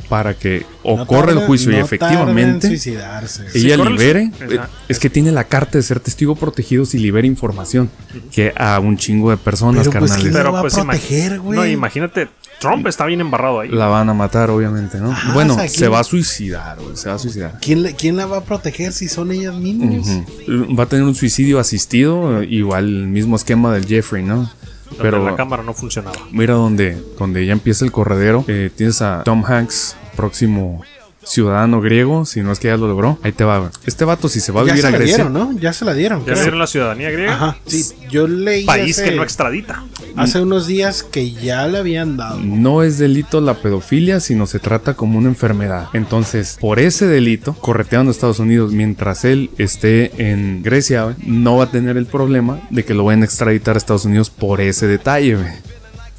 para que o corra el juicio y efectivamente suicidarse. Sí, ella corre el- libere. Ajá. Eh, Es que tiene la carta de ser testigo protegido si libera información que a un chingo de personas, Pero, pues, carnales. ¿quién Pero va a pues ima- proteger, güey? No, imagínate, Trump está bien embarrado ahí. La van a matar, obviamente, ¿no? Ajá, bueno, Ah, o sea, se ¿quién- va a suicidar, güey, se va a suicidar. ¿Quién, le- ¿Quién la va a proteger si son ellas niños? Ujú. Va a tener un suicidio asistido, eh, igual el mismo esquema del Jeffrey, ¿no? donde la Pero cámara no funcionaba. mira donde, donde ya empieza el corredero. eh, tienes a Tom Hanks, próximo ciudadano griego, si no es que ya lo logró. Ahí te va. güey. Este vato, si se va a Ya vivir se a la Grecia. dieron, ¿no? Ya se la dieron. Ya creo. vieron la ciudadanía griega. Ajá. Sí, yo leí País hace- Eh, que no extradita. hace unos días que ya le habían dado. No es delito la pedofilia, sino se trata como una enfermedad. Entonces, por ese delito, correteando a Estados Unidos mientras él esté en Grecia, güey, no va a tener el problema de que lo vayan a extraditar a Estados Unidos por ese detalle, güey.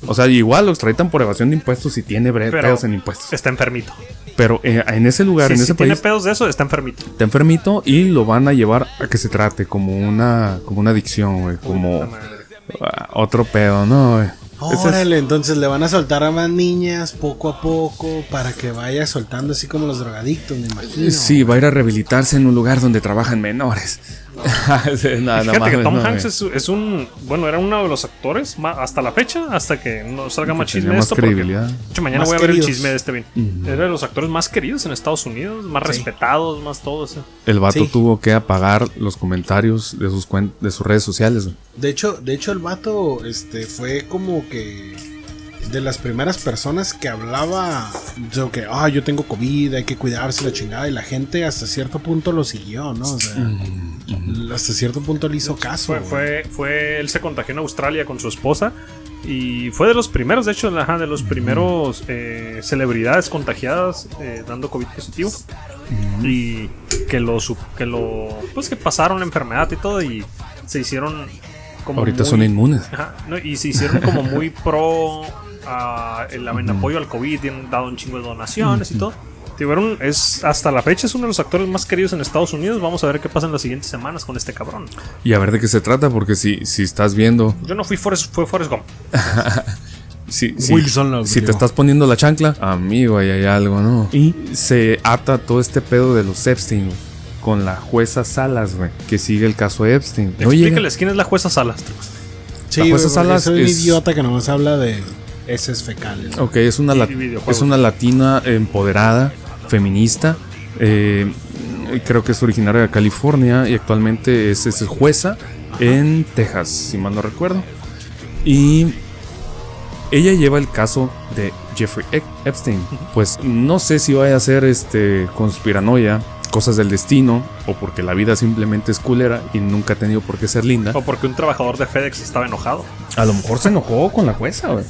O sea, igual lo extraditan por evasión de impuestos si tiene bre- Pero- pedos en impuestos. Está enfermito. Pero eh, en ese lugar, Si, en si ese tiene país, pedos de eso, está enfermito. está enfermito y lo van a llevar a que se trate como una, como una adicción, güey. Como ah, otro pedo, ¿no? güey? Ese es- Órale, entonces le van a soltar a más niñas poco a poco para que vaya soltando así como los drogadictos, me imagino. Sí, va a ir a rehabilitarse en un lugar donde trabajan menores. Nada, Fíjate que mames, Tom Ah, no, Hanks güey. es, es un. Bueno, era uno de los actores ma- hasta la fecha, hasta que no salga más Que chisme tenía de más esto. porque- credibilidad. de hecho, mañana Más voy a ver el queridos. chisme de este bien. Era de los actores más queridos en Estados Unidos, más respetados, más todo eso. El vato Sí. tuvo que apagar los comentarios de sus cuen- de sus redes sociales. güey. De hecho, de hecho el vato este, fue como que de las primeras personas que hablaba de que, ah, yo tengo COVID, hay que cuidarse la chingada, y la gente hasta cierto punto lo siguió, ¿no? O sea, Mm, hasta cierto punto le hizo caso. Fue, güey. fue, fue, él se contagió en Australia con su esposa y fue de los primeros, de hecho, ajá, de los primeros eh, celebridades contagiadas eh, dando COVID positivo y que lo, sup- que lo, pues que pasaron la enfermedad y todo y se hicieron como Ahorita muy- son inmunes. ajá, no, y se hicieron como muy pro a el, en apoyo al COVID y han dado un chingo de donaciones y todo. Tiburón es hasta la fecha es uno de los actores más queridos en Estados Unidos. Vamos a ver qué pasa en las siguientes semanas con este cabrón. Y a ver de qué se trata, porque si, si estás viendo, Yo no fui Forrest, fue Forrest Gump. si, si- Wilson lo si te llevó. estás poniendo la chancla, amigo, ahí hay algo, ¿no? Y se ata todo este pedo de los Epstein güey, con la jueza Salas, güey, que sigue el caso Epstein. No llega- Explícales quién es la jueza Salas. Sí, la güey, jueza porque Salas soy es- un idiota que nomás habla de heces fecales. Ok, es una, Y la- videojuegos. es una latina empoderada, feminista. eh, creo que es originaria de California y actualmente es, es jueza en Texas, si mal no recuerdo. Y ella lleva el caso de Jeffrey Ep- Epstein. Pues no sé si vaya a ser este conspiranoia, cosas del destino, o porque la vida simplemente es culera y nunca ha tenido por qué ser linda. O porque un trabajador de FedEx estaba enojado. A lo mejor se enojó con la jueza, güey.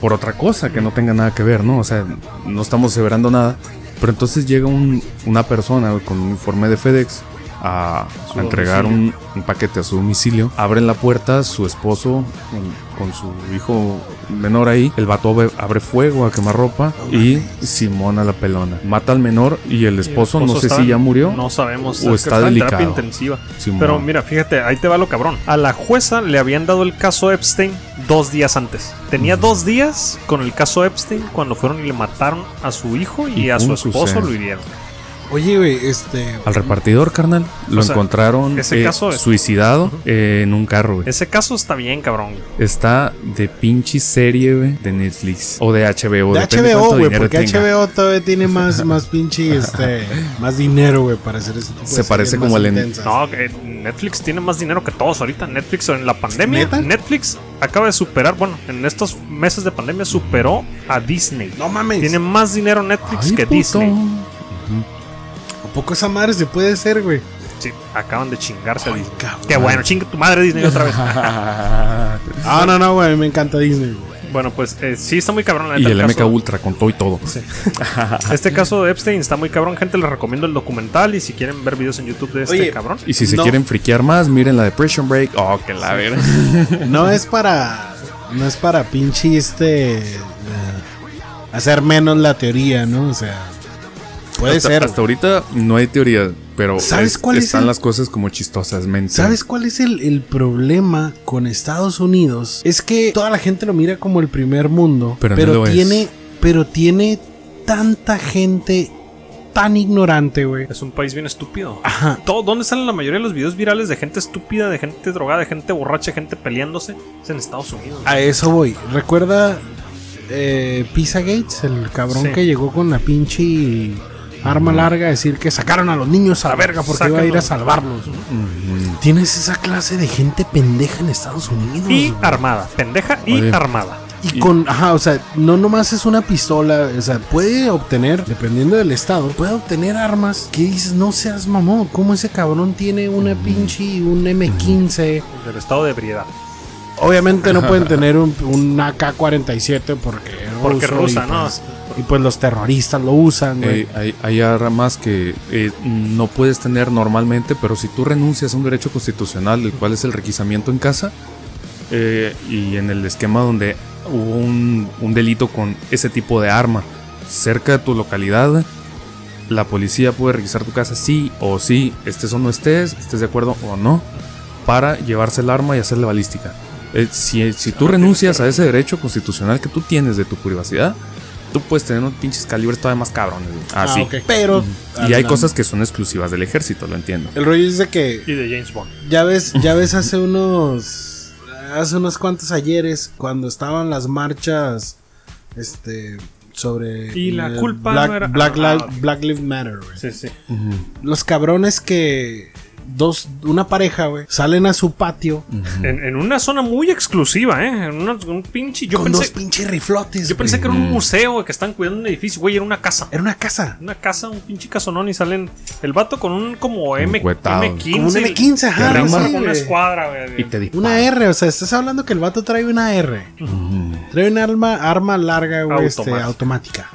Por otra cosa que no tenga nada que ver, ¿no? O sea, no estamos severando nada. Pero entonces llega un- una persona güey, con un informe de FedEx a, a entregar un, un paquete a su domicilio. Abren la puerta, su esposo con, con su hijo menor ahí. El vato abre, abre fuego a quemar ropa y Simona la pelona. Mata al menor y el esposo, El no sé estaba- si ya murió. No sabemos. o Es que está estaba en terapia delicado. intensiva. Simón. Pero mira, fíjate, ahí te va lo cabrón. A la jueza le habían dado el caso Epstein dos días antes. Tenía dos días con el caso Epstein cuando fueron y le mataron a su hijo y, Y a su pum, su esposo ser. lo hirieron. Oye, güey, este... Al repartidor, carnal, lo O sea, encontraron ese eh, caso es- suicidado eh, en un carro, güey. Ese caso está bien, cabrón. Está de pinche serie, güey, de Netflix. O de HBO. De depende HBO, cuánto güey, dinero porque tenga. HBO todavía tiene más, más pinche, este, más dinero, güey, para hacer ese tipo de Se series parece más como al en- intensas. No, que Netflix tiene más dinero que todos ahorita. Netflix en la pandemia. ¿Neta? Netflix acaba de superar, bueno, en estos meses de pandemia superó a Disney. No mames. Tiene más dinero Netflix Ay, que puto. Disney. ¿A poco esa madre se puede hacer, güey? Sí, acaban de chingarse a Disney. cabrón. Qué bueno, chinga tu madre Disney otra vez. Ah, no, no, güey, me encanta Disney, güey. bueno, pues eh, sí está muy cabrón la y neta, el MK caso- Ultra con todo y todo. Este caso de Epstein está muy cabrón, gente. Les recomiendo el documental y si quieren ver videos en YouTube de este Oye, cabrón. Y si se No. quieren friquear más, miren la Depression Break. Oh, que la verga. No es para, no es para pinche, este, eh, hacer menos la teoría, ¿no? O sea, puede hasta, ser. Hasta ahorita no hay teoría, pero ¿Sabes cuál es están el- las cosas como chistosas, mente. ¿Sabes cuál es el, el problema con Estados Unidos? Es que toda la gente lo mira como el primer mundo, Pero pero, no lo es. tiene, pero tiene tanta gente tan ignorante, güey. Es un país bien estúpido. Ajá. Todo, ¿Dónde salen la mayoría de los videos virales de gente estúpida, de gente drogada, de gente borracha, gente peleándose? Es en Estados Unidos. A eso voy. Recuerda eh, Pizza Gates, el cabrón Sí. que llegó con la pinche arma larga a decir que sacaron a los niños a la verga porque iba a ir a Sáquenlos. salvarlos. Tienes esa clase de gente pendeja en Estados Unidos. Y güey. armada, pendeja y Oye. armada. Y con, ajá, o sea, no nomás es una pistola, o sea, puede obtener, dependiendo del estado, puede obtener armas que dices, no seas mamón, ¿cómo ese cabrón tiene una pinche, un M15? Del estado de ebriedad. Obviamente no pueden tener un, un AK-47 porque, Porque rusa, y ¿no? pues, y pues los terroristas lo usan, güey. Eh, hay, hay armas que eh, no puedes tener normalmente, pero si tú renuncias a un derecho constitucional, el cual es el requisamiento en casa, eh, y en el esquema donde hubo un, un delito con ese tipo de arma cerca de tu localidad, la policía puede requisar tu casa sí o sí, estés o no estés, estés de acuerdo o no, para llevarse el arma y hacerle balística. Eh, si, si tú renuncias a ese derecho constitucional que tú tienes de tu privacidad, tú puedes tener unos pinches calibres todavía más cabrones. güey. Ah, Así. ok. Pero Y hay la- cosas que son exclusivas del ejército, lo entiendo. El rollo es de que Y de James Bond. Ya ves, ya ves hace unos hace unos cuantos ayeres cuando estaban las marchas este sobre Y la el culpa Black, no era- Black, Ah, Li- ok. Black Lives Matter. güey. Sí, sí. Los cabrones que dos una pareja, güey, salen a su patio En, en una zona muy exclusiva, ¿eh? En una- un pinche. Yo con dos pensé, pinches riflotes. yo pensé güey. que era un museo que están cuidando un edificio, güey, era una casa. era una casa, Una casa, un pinche casonón y salen el vato con un como M, cuetado. M15. Como un M15, ajá, Que algo rima así, con una güey. escuadra, güey. Y te disparan. una R, o sea, estás hablando que el vato trae una R. Ujú, Trae una arma arma larga, güey, este, Automática. automática.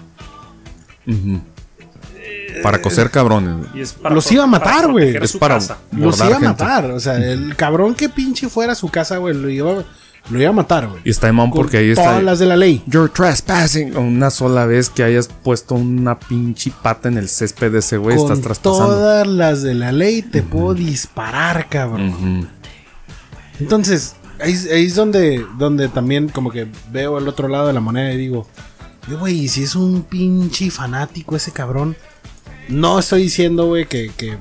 ujú. Para coser cabrones. güey. Y es para Los pro- iba a matar, para güey. proteger Es su para casa. Los bordar iba a gente. matar. O sea, el cabrón que pinche fuera a su casa, güey, lo iba, lo iba a matar, güey. Y está de mamón Con porque ahí está. Todas las de la ley. You're trespassing. Una sola vez que hayas puesto una pinche pata en el césped de ese güey, estás Con traspasando. todas las de la ley te puedo disparar, cabrón. Ujú. Entonces, ahí, es- ahí es donde, donde también como que veo el otro lado de la moneda y digo, "Yo, güey, si es un pinche fanático ese cabrón, no estoy diciendo, güey, que, que,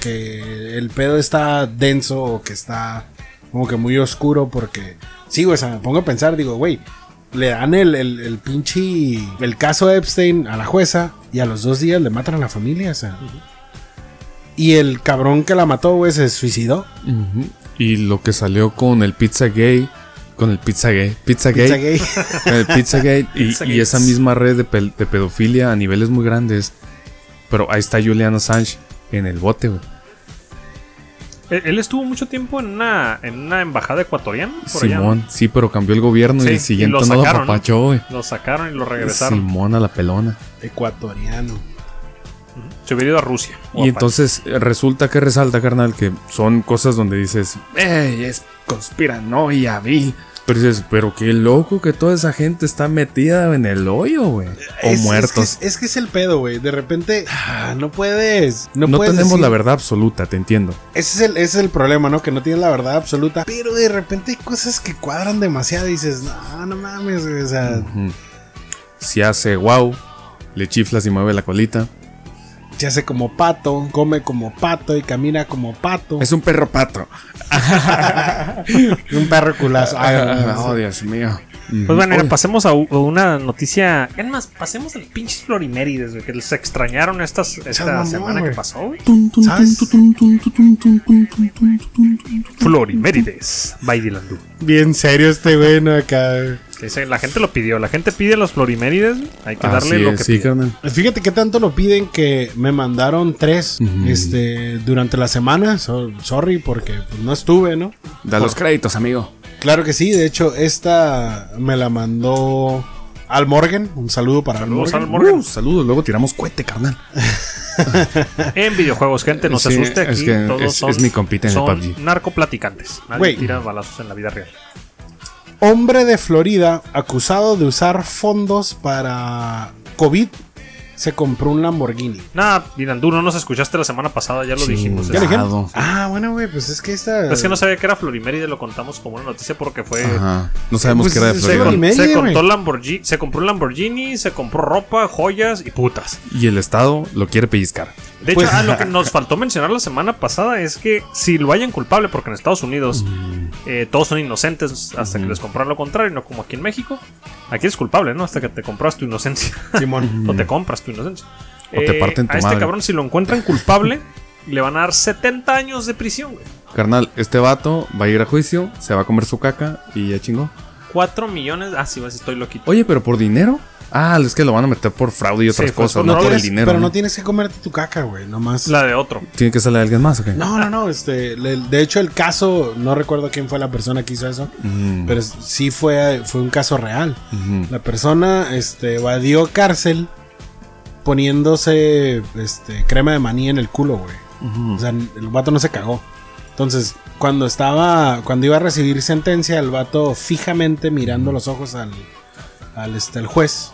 que el pedo está denso o que está como que muy oscuro porque, sí, güey, o sea, me pongo a pensar, digo, güey, le dan el, el, el pinche, el caso Epstein a la jueza y a los dos días le matan a la familia, o sea. Y el cabrón que la mató, güey, se suicidó. Ujú. Y lo que salió con el Pizza Gay. Con el Pizza Gay. Pizza Gay. Pizza gay. con el Pizza Gay. y, Pizza y Gates. esa misma red de, pel- de pedofilia a niveles muy grandes. Pero ahí está Julian Assange en el bote, güey. Él él estuvo mucho tiempo en una, en una embajada ecuatoriana. Por Simón, Allá. sí, pero cambió el gobierno y Sí, el siguiente y lo no lo sacaron, apapachó, güey. ¿no? Lo sacaron y lo regresaron. Simón a la pelona. Ecuatoriano. Se hubiera ido a Rusia. Y entonces eh, resulta que resalta, carnal, que son cosas donde dices, ¡Ey! Es conspiranoia, vil. Pero dices, pero qué loco que toda esa gente está metida en el hoyo, güey. O Es- es muertos. que Es, es que es el pedo, güey. De repente, ah, no puedes. No, no puedes tenemos decir- la verdad absoluta, te entiendo. Ese es, el, ese es el problema, ¿no? Que no tienes la verdad absoluta. Pero de repente hay cosas que cuadran demasiado y dices, no, no mames, güey. O sea, Si hace wow, le chiflas y mueve la colita. se hace como pato, come como pato y camina como pato. Es un perro pato. un perro culazo. Ay, no, no, oh, Dios mío. Pues bueno, Oye, mira, pasemos a u- a una noticia. Es más, pasemos al pinche Florimérides, güey, que se extrañaron estas, esta mamón, semana güey. que pasó, güey. ¿Sabes? Florimérides, by Dylan Du. Bien serio este güey, ¿no? Acá. güey. Dice, la gente lo pidió, la gente pide los Florimérides, güey, hay que darle así lo es, que sí, pide. carnal. Fíjate que tanto lo piden que me mandaron tres Ujú. este, durante la semana. So- sorry, porque pues, no estuve, ¿no? Da los créditos, amigo. Claro que sí, de hecho, esta me la mandó Al Morgan. Un saludo para Al Saludos Morgan. al Morgan. Uh, saludos, luego tiramos cohete, carnal. En videojuegos, gente, no Sí, se asuste. Aquí es que todos es- son, es mi compita en el son PUBG. narcoplaticantes. Nadie Güey. tira balazos en la vida real. Hombre de Florida acusado de usar fondos para COVID se compró un Lamborghini. Nada, Dylan Du, no nos escuchaste la semana pasada, ya lo dijimos. ¿Ya Es, le dijeron? Dado. Ah, bueno, güey, pues es que esta. es que no sabía que era Florimérides, lo contamos como una noticia porque fue... Ajá. No sabemos Pues, que era de sí, Se, Pero con- y Florida. media, se güey. contó Lamborghini, se compró un Lamborghini, se compró ropa, joyas y putas. Y el Estado lo quiere pellizcar. De Pues- hecho, ah, lo que nos faltó mencionar la semana pasada es que si lo hayan culpable, porque en Estados Unidos Mm. eh, todos son inocentes hasta que les compran lo contrario, no como aquí en México. Aquí es culpable, ¿no? Hasta que te compras tu inocencia Simón. o te compras tu inocencia. O te parten tu a este madre. cabrón, si lo encuentran culpable, le van a dar 70 años de prisión, güey. Carnal, este vato va a ir a juicio, se va a comer su caca y ya chingó. 4 millones. Ah, sí, vas, estoy loquito. Oye, pero por dinero. Ah, es que lo van a meter por fraude y otras Sí, pues, cosas, por no fraude. por el Tienes- dinero. pero ¿no? ¿no? tienes que comerte tu caca, güey, nomás. La de otro. Tiene que salir alguien más, ¿ok? No, no, no. Este, le- de hecho, el caso, no recuerdo quién fue la persona que hizo eso, Mm. pero es- sí fue, fue un caso real. La persona este, evadió cárcel poniéndose este, crema de maní en el culo, güey. O sea, el vato no se cagó. Entonces, cuando estaba, cuando iba a recibir sentencia, el vato fijamente mirando los ojos al, al, este, al juez,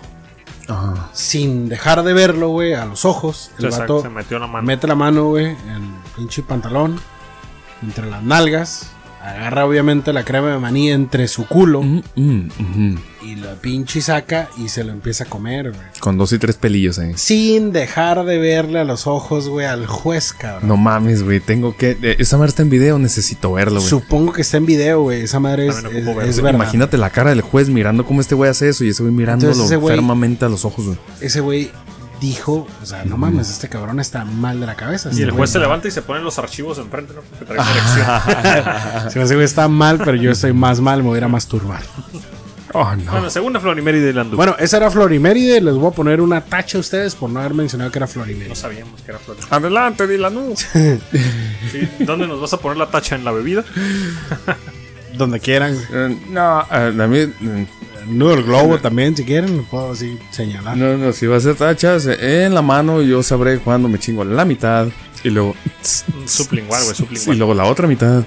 Ajá. sin dejar de verlo, güey, a los ojos. El O sea, vato se metió la mano. Mete la mano, güey, en el pinche pantalón, entre las nalgas. Agarra obviamente la crema de maní entre su culo Mm, mm, ujú. y la pinche saca y se lo empieza a comer, güey. Con dos y tres pelillos eh. ahí. Sin dejar de verle a los ojos, güey, al juez, cabrón. No mames, güey. Tengo que. eh, Esa madre está en video, necesito verlo, güey. Supongo que está en video, güey. Esa madre es, También es, ocupo verlo. es verdad. Imagínate la cara del juez mirando cómo este güey hace eso y ese güey mirándolo Entonces ese güey- fermamente a los ojos, güey. Ese güey dijo, o sea, no mames, este cabrón está mal de la cabeza. Y este el güey juez se levanta y se ponen los archivos enfrente, ¿no? Porque trae erección. Sí, ese güey está mal, pero yo estoy más mal, me voy a ir a masturbar. Oh, no. Bueno, segunda Florimeri de Landú. Bueno, esa era Floriméride. Les voy a poner una tacha a ustedes por no haber mencionado que era no Floriméride. sabíamos que era Florimeri. Adelante, Dylan. Sí, ¿Dónde nos vas a poner la tacha en la bebida? Donde quieran. no, eh, también. eh, Nudo el globo también, si quieren, lo puedo así señalar. No, no, si va a ser tachas eh, en la mano, yo sabré cuándo me chingo la mitad. Y luego. Sublingual, güey, sublingual. Y luego la otra mitad.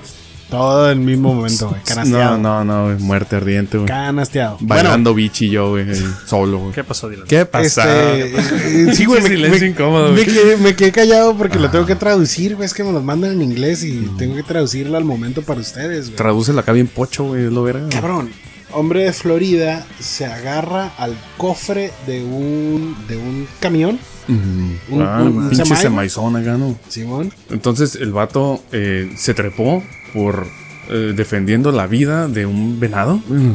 Todo en el mismo momento, güey. Canasteado. No, no, no, güey, muerte ardiente, güey. Canasteado. Bueno, Bailando bichi yo, güey, ahí, solo, güey. ¿Qué pasó, Dylan? ¿Qué pasa? este. sí, güey, me, Silencio me- incómodo, me güey. Ah. quedé, me quedé callado porque lo tengo que traducir, güey. Es que me los mandan en inglés y Mm. tengo que traducirlo al momento para ustedes, güey. Tradúcela acá bien pocho, güey, es lo verá. Cabrón. Hombre de Florida se agarra al cofre de un, de un camión, Un- Ah, un- un pinche semai. semaizón acá, ¿no? Simón. Entonces el vato eh, se trepó por eh, defendiendo la vida de un venado. Mm.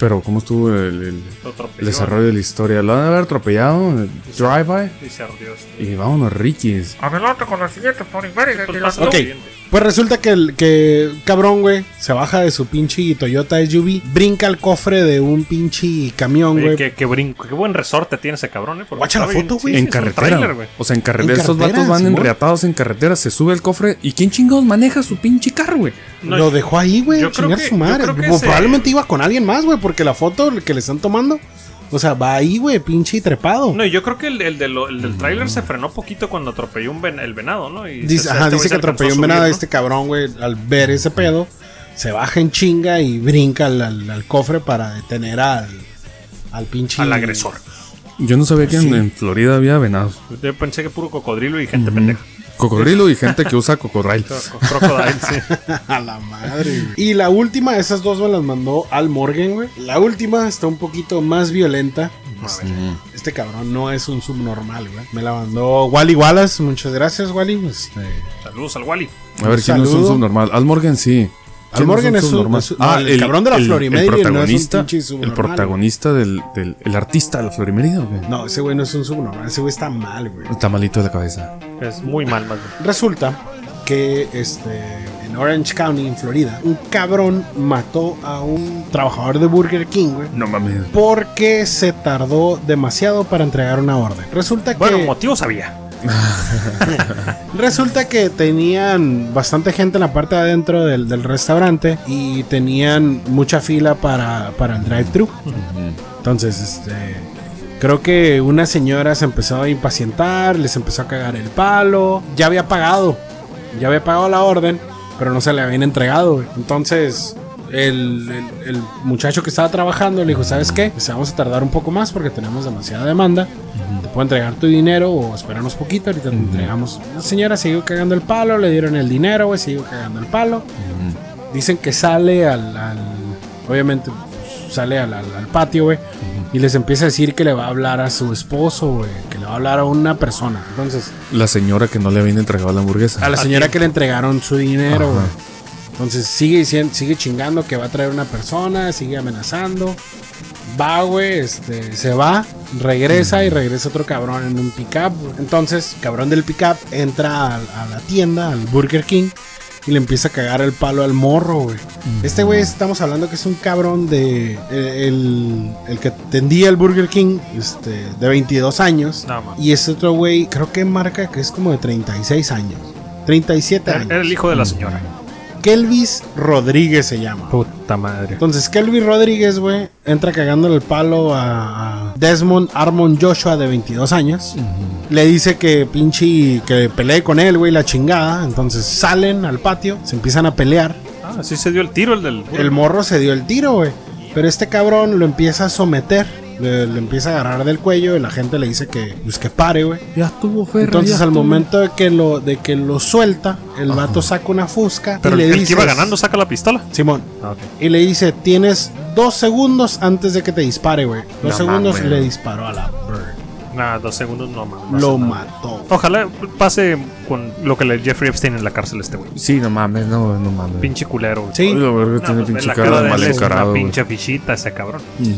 Pero, ¿cómo estuvo el, el- Lo el atropelló, desarrollo de la historia? Lo van a haber atropellado, eh, drive-by. Y se ardió. este. Y vámonos, Rikis. Ah, Pues pasó Ok. lo siguiente. Pues resulta que el que cabrón, güey, se baja de su pinche Toyota SUV, brinca al cofre de un pinche camión, Oye, güey. qué, qué brinco, qué buen resorte tiene ese cabrón, eh. porque Guacha la está bien- foto, güey. sí, en es un carretera. tráiler, güey. o sea, en carretera. En Estos carretera, vatos van Simón. enreatados en carretera, se sube el cofre. ¿Y quién chingados maneja su pinche carro, güey? No, lo dejó ahí, güey. yo creo Chingar que- su yo madre. creo que Pues ese- Probablemente iba con alguien más, güey, porque la foto que le están tomando, o sea, va ahí, güey, pinche trepado. No, y yo creo que el, el de lo- el del tráiler se frenó poquito cuando atropelló un ven- el venado, ¿no? Y dice, se- ajá, este güey dice se que alcanzó atropelló a un venado. subir, Este cabrón, güey, al ver ese pedo, se baja en chinga y brinca al, al- al cofre para detener al, al pinche. ¿no? Al agresor. Yo no sabía que en, en Florida había venados. Yo pensé que puro cocodrilo y gente pendeja. Cocodrilo y gente que usa cocodrilo. Con crocodile, sí. A la madre, güey. Y la última, esas dos me las mandó Al Morgan, güey. La última está un poquito más violenta. Este, este cabrón no es un subnormal, güey. Me la mandó Wally Wallace. Muchas gracias, Wally. Este, Saludos al Wally. A ver, ¿quién no es un Saludo. subnormal? Al Morgan sí. Al ¿Quién no Morgan es un- subnormal? Ah, es un- no, el cabrón de la Florimedia El no es un protagonista, pinche el subnormal. protagonista del, del- el artista de la Florimedia. ¿o qué? no, ese güey no es un subnormal. Ese güey está mal, güey. Está malito de la cabeza. Es muy mal, más bien. Resulta que este, en Orange County, en Florida, un cabrón mató a un trabajador de Burger King, güey. No mames. Porque se tardó demasiado para entregar una orden. Resulta Bueno, que. motivo sabía. Resulta que tenían bastante gente en la parte de adentro del, del restaurante y tenían mucha fila para, para el drive-thru. Entonces, este. Creo que una señora se empezó a impacientar, les empezó a cagar el palo. Ya había pagado. Ya había pagado la orden, pero no se le habían entregado. güey. Entonces, el, el- el muchacho que estaba trabajando le dijo, ¿sabes qué? Pues vamos a tardar un poco más porque tenemos demasiada demanda. Te puedo entregar tu dinero o esperarnos poquito, ahorita te entregamos. La señora siguió cagando el palo, le dieron el dinero, güey, siguió cagando el palo. Dicen que sale al... al- obviamente pues, sale al, al- al patio, güey. Y les empieza a decir que le va a hablar a su esposo, güey. Que le va a hablar a una persona. Entonces... La señora que no le habían entregado la hamburguesa. A la señora que le entregaron su dinero, güey. Entonces sigue diciendo, sigue chingando que va a traer una persona, sigue amenazando. Va, güey, este, se va, regresa y regresa otro cabrón en un pickup. güey. Entonces, cabrón del pickup entra a, a la tienda, al Burger King, y le empieza a cagar el palo al morro, güey. Este güey estamos hablando que es un cabrón de. eh, El, el que tendía el Burger King, este, de 22 años. No, man. y este otro güey, creo que marca que es como de 36 años. 37 Era, años. era el hijo de la señora. Kelvis Rodríguez se llama. Puta madre. Entonces, Kelvin Rodríguez, güey, entra cagándole el palo a Desmond Armon Joshua de 22 años. Le dice que pinche, que pelee con él, güey, la chingada. Entonces salen al patio, se empiezan a pelear. Ah, sí se dio el tiro el del. El morro se dio el tiro, güey. Pero este cabrón lo empieza a someter. Le, le empieza a agarrar del cuello y la gente le dice que, pues, que pare, güey. Ya estuvo Ferry. Entonces ya al estuvo. momento de que lo, de que lo suelta, el vato saca una fusca pero y le el, dice... que iba ganando saca la pistola. Simón, Ah, ok. y le dice, tienes dos segundos antes de que te dispare, güey. No Dos segundos mames. le disparó a la Bird. Nah, dos segundos no, man. no Lo hace nada. mató. Ojalá pase con lo que le Jeffrey Epstein en la cárcel a este güey. Sí, no mames, no, no mames. Pinche culero. güey. Sí. Ay, la verga, No, tiene pues, pinche la cara cara de de él mal es encarado. Una güey. pinche fichita ese cabrón. Ujú.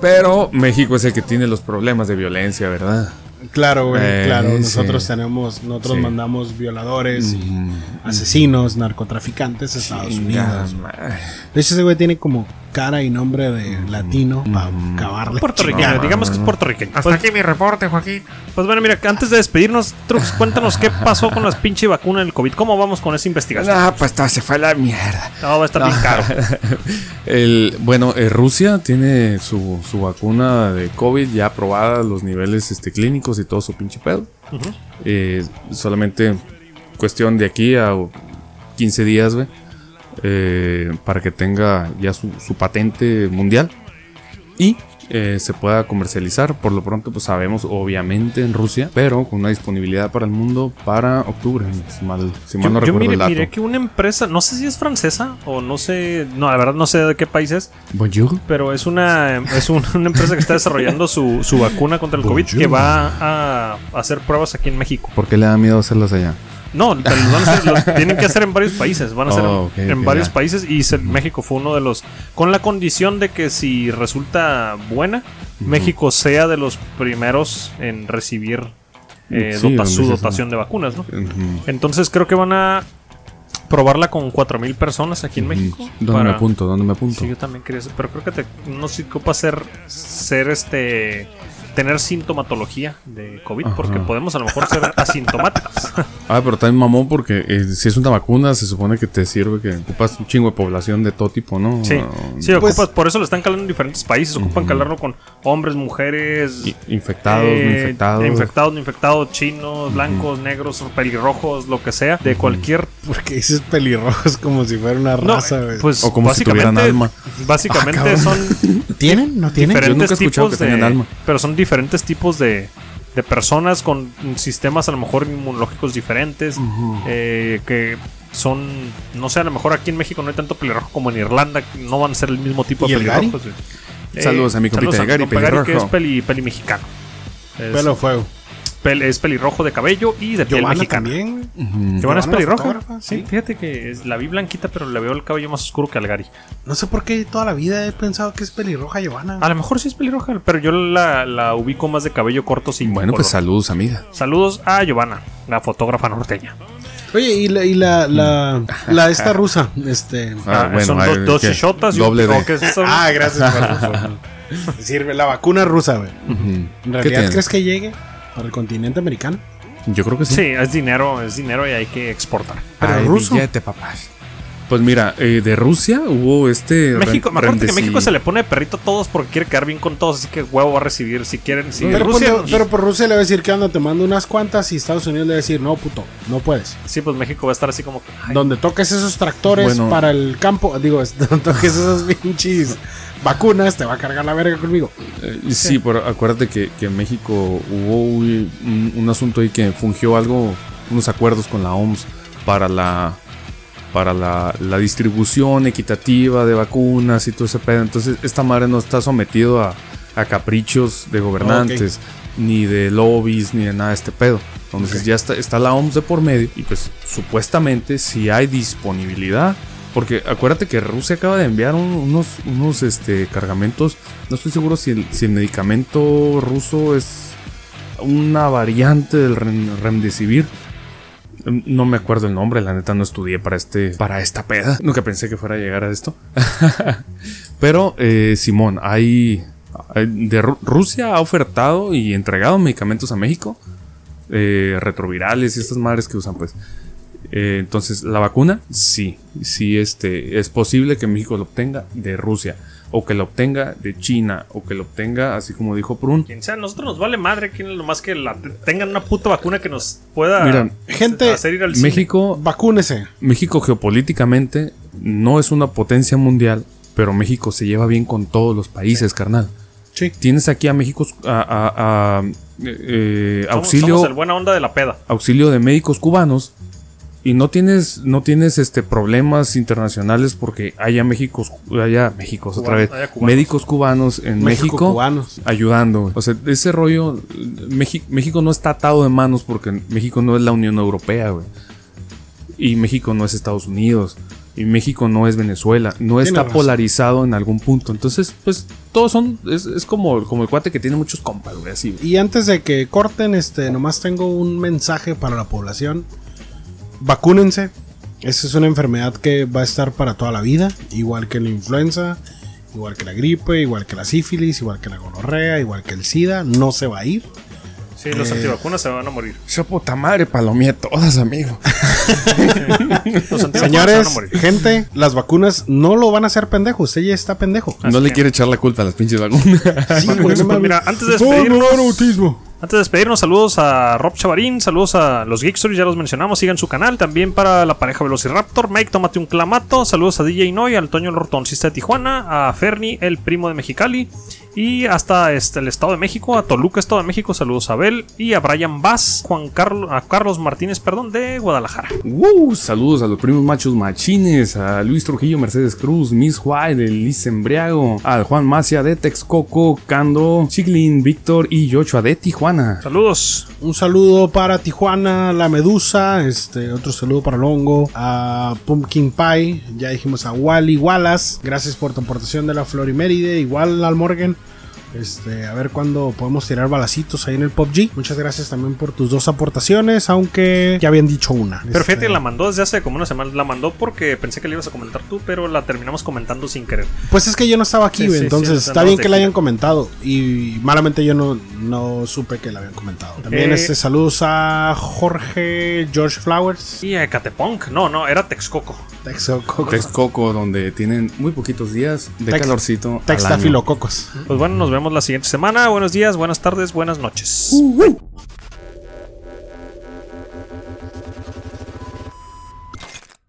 Pero México es el que tiene los problemas de violencia, ¿verdad? Claro, güey, Eh, claro. sí. Nosotros tenemos, nosotros Sí. mandamos violadores, y Mm. asesinos, narcotraficantes a Estados Unidos. Ya, ma- De hecho, ese güey tiene como cara y nombre de latino para acabar la Mm. Puertorriqueño, chingada. digamos que es puertorriqueño. Hasta Pues, aquí mi reporte, Joaquín. pues bueno, mira, antes de despedirnos, Trux, cuéntanos qué pasó con las pinche vacunas del COVID. ¿Cómo vamos con esa investigación? Ah, No, pues todo se fue a la mierda. No, va a estar bien caro. El, bueno, eh, Rusia tiene su, su vacuna de COVID ya aprobada, los niveles este, clínicos y todo su pinche pedo. Eh, solamente cuestión de aquí a 15 días, güey, eh, para que tenga ya su, su patente mundial y eh, se pueda comercializar. Por lo pronto, pues sabemos, obviamente, en Rusia, pero con una disponibilidad para el mundo para octubre, si mal, si mal Yo, no yo recuerdo mire, el dato. miré que una empresa, no sé si es francesa o no sé, no, la verdad no sé de qué país es, Bonjour. pero es una es un- una empresa que está desarrollando su, su vacuna contra el COVID que va a hacer pruebas aquí en México. ¿Por qué le da miedo hacerlas allá? No, pero los van a hacer- los tienen que hacer en varios países, van a hacer Oh, ok, en, en ok, varios ya. países y se- México fue uno de los con la condición de que si resulta buena, México sea de los primeros en recibir eh, Sí, dota- donde su se- dotación de vacunas, ¿no? Ujú. Entonces creo que van a probarla con 4.000 personas aquí en México. ¿Dónde para- me apunto? ¿Dónde me apunto? Sí, yo también quería eso, pero creo que te, no se ocupa ser, ser este, tener sintomatología de COVID, Ajá. porque podemos a lo mejor ser asintomáticos. Ah, pero también mamón porque eh, si es una vacuna se supone que te sirve que ocupas un chingo de población de todo tipo, ¿no? sí, Ah, sí Pues- ocupas, por eso lo están calando en diferentes países, ocupan calarlo con hombres, mujeres. i- Infectados, no eh, infectados. infectados, no infectados, chinos, blancos, negros, pelirrojos, lo que sea, de cualquier Porque dices pelirrojos como si fuera una no, raza, güey. pues O como si tuvieran básicamente- alma. Básicamente Ah, cabrón. son ¿Tienen? ¿No tienen? diferentes Yo nunca he escuchado tipos que de, tengan alma. Pero son diferentes tipos de, de personas con sistemas a lo mejor inmunológicos diferentes. eh, que son, no sé, a lo mejor aquí en México no hay tanto pelirrojo como en Irlanda. que No van a ser el mismo tipo ¿Y de el Gary? pelirrojos. güey. Eh, Saludos a mi compita saludos de Gary, compa que es pelirrojo. peli, peli mexicano. Es, Pelo fuego. pel- es pelirrojo de cabello y de piel Giovanna mexicana. también, güey. Mm. Giovanna es Giovanna pelirroja. fotógrafa, Sí, sí. fíjate que es- la vi blanquita, pero le veo el cabello más oscuro que al Gary. No sé por qué toda la vida he pensado que es pelirroja Giovanna. A lo mejor sí es pelirroja, pero yo la, la ubico más de cabello corto sin Bueno, pues color. saludos, amiga. Saludos a Giovanna, la fotógrafa norteña. Oye, y la, y la, la, la esta rusa, este. Ah, Ah, bueno, son ah, dos, dos ¿qué? chichotas y Doble un D. ¿qué es eso? Ah, gracias por eso. Sirve la vacuna rusa, güey. En ¿Qué realidad, tiene? ¿crees que llegue para el continente americano? Yo creo que sí. Sí, es dinero, es dinero y hay que exportar. Pero Ay, ruso. billete, papá. Pues mira, eh, de Rusia hubo este. México, ren- me acuerdo que rendeci- México se le pone de perrito a todos porque quiere quedar bien con todos, así que huevo va a recibir si quieren. Si pero, Rusia, ponte- pero por Rusia le va a decir que anda, te mando unas cuantas y Estados Unidos le va a decir, no, puto, no puedes. sí, pues México va a estar así como que, ay, Donde toques esos tractores Bueno. para el campo, digo, es- donde toques esas pinches vacunas, te va a cargar la verga conmigo. Eh, sí, pero acuérdate que, que en México hubo un, un- un asunto ahí que fungió algo, unos acuerdos con la OMS para la para la, la distribución equitativa de vacunas y todo ese pedo. Entonces, esta madre no está sometido a, a caprichos de gobernantes, ni de lobbies, ni de nada de este pedo. Entonces, ya está, está la OMS de por medio y pues supuestamente si hay disponibilidad. Porque acuérdate que Rusia acaba de enviar un- unos, unos este, cargamentos. No estoy seguro si el, si el medicamento ruso es una variante del Ren- Remdesivir. No me acuerdo el nombre, la neta no estudié para este, para esta peda. Nunca pensé que fuera a llegar a esto. Pero, eh, Simón, hay, hay- de Ru- Rusia ha ofertado y entregado medicamentos a México, eh, retrovirales y estas madres que usan, pues. Eh, entonces, la vacuna, sí, sí, este, es posible que México lo obtenga de Rusia, o que lo obtenga de China, o que lo obtenga, así como dijo Prun. Quien sea, a nosotros nos vale madre quién es lo más que la, tengan una puta vacuna que nos pueda Mira, gente, hacer ir al cine. México, Vacúnese. México geopolíticamente no es una potencia mundial, pero México se lleva bien con todos los países, carnal. Sí. Tienes aquí a México a, a- a, eh, Somos- auxilio, somos el buena onda de la peda. auxilio de médicos cubanos y no tienes, no tienes este problemas internacionales porque haya México, haya México otra Cubanos, vez, haya cubanos. médicos cubanos en México, México, cubanos. ayudando. güey. O sea, ese rollo, eh, México, México no está atado de manos porque México no es la Unión Europea, güey. Y México no es Estados Unidos. Y México no es Venezuela. No Tienes está razón. polarizado en algún punto. Entonces, pues, todos son. Es, es como, como el cuate que tiene muchos compas, güey. Así, güey. Y antes de que corten, este, nomás tengo un mensaje para la población. Vacúnense. Esa es una enfermedad que va a estar para toda la vida, igual que la influenza, igual que la gripe, igual que la sífilis, igual que la gonorrea, igual que el SIDA, no se va a ir. Sí, Eh. los antivacunas se van a morir. Esa puta madre palomía todas, amigo. Los antivacunas se van a Señores, morir. gente, las vacunas no lo van a hacer pendejo, usted ya está pendejo. no le quiere echar la culpa a las pinches vacunas. Sí, güey, Pues, no mames. mira, antes de No, no, despedirnos- no, autismo. Antes de despedirnos, saludos a Rob Chavarín, saludos a los Geekstories, ya los mencionamos, sigan su canal. También para la pareja Velociraptor, Mike, tómate un clamato. Saludos a DJ Noy, al Toño el Hortoncista de Tijuana, a Ferni, el primo de Mexicali, y hasta este, el Estado de México, a Toluca, Estado de México, saludos a Abel y a Brian Vaz, Juan Carlos, a Carlos Martínez, perdón, de Guadalajara. ¡Wow! Saludos a los primos machos machines, a Luis Trujillo, Mercedes Cruz, Miss White, el Liz Embriago, al Juan Macia de Texcoco, Cando, Chiglin, Víctor y Joshua de Tijuana. Saludos. Un saludo para Tijuana, La Medusa, este, otro saludo para Longo, a Pumpkin Pie, ya dijimos a Wally Wallace, gracias por tu aportación de la Floriméride, igual al Morgan. Este, a ver cuándo podemos tirar balacitos ahí en el PUBG. Muchas gracias también por tus dos aportaciones, aunque ya habían dicho una. Pero Este, fíjate, la mandó desde hace como una semana. La mandó porque pensé que la ibas a comentar tú, pero la terminamos comentando sin querer. Pues es que yo no estaba aquí, Sí, güey, sí, sí, entonces está andabas bien de que la gira. hayan comentado. Y malamente yo no, no supe que la habían comentado. También Eh, este, saludos a Jorge George Flowers. Y a Catepunk, no, no, era Texcoco. Texcoco. Texcoco, donde tienen muy poquitos días de Tex- calorcito. al año. Textafilococos. Pues bueno, nos vemos la siguiente semana. Buenos días, buenas tardes, buenas noches.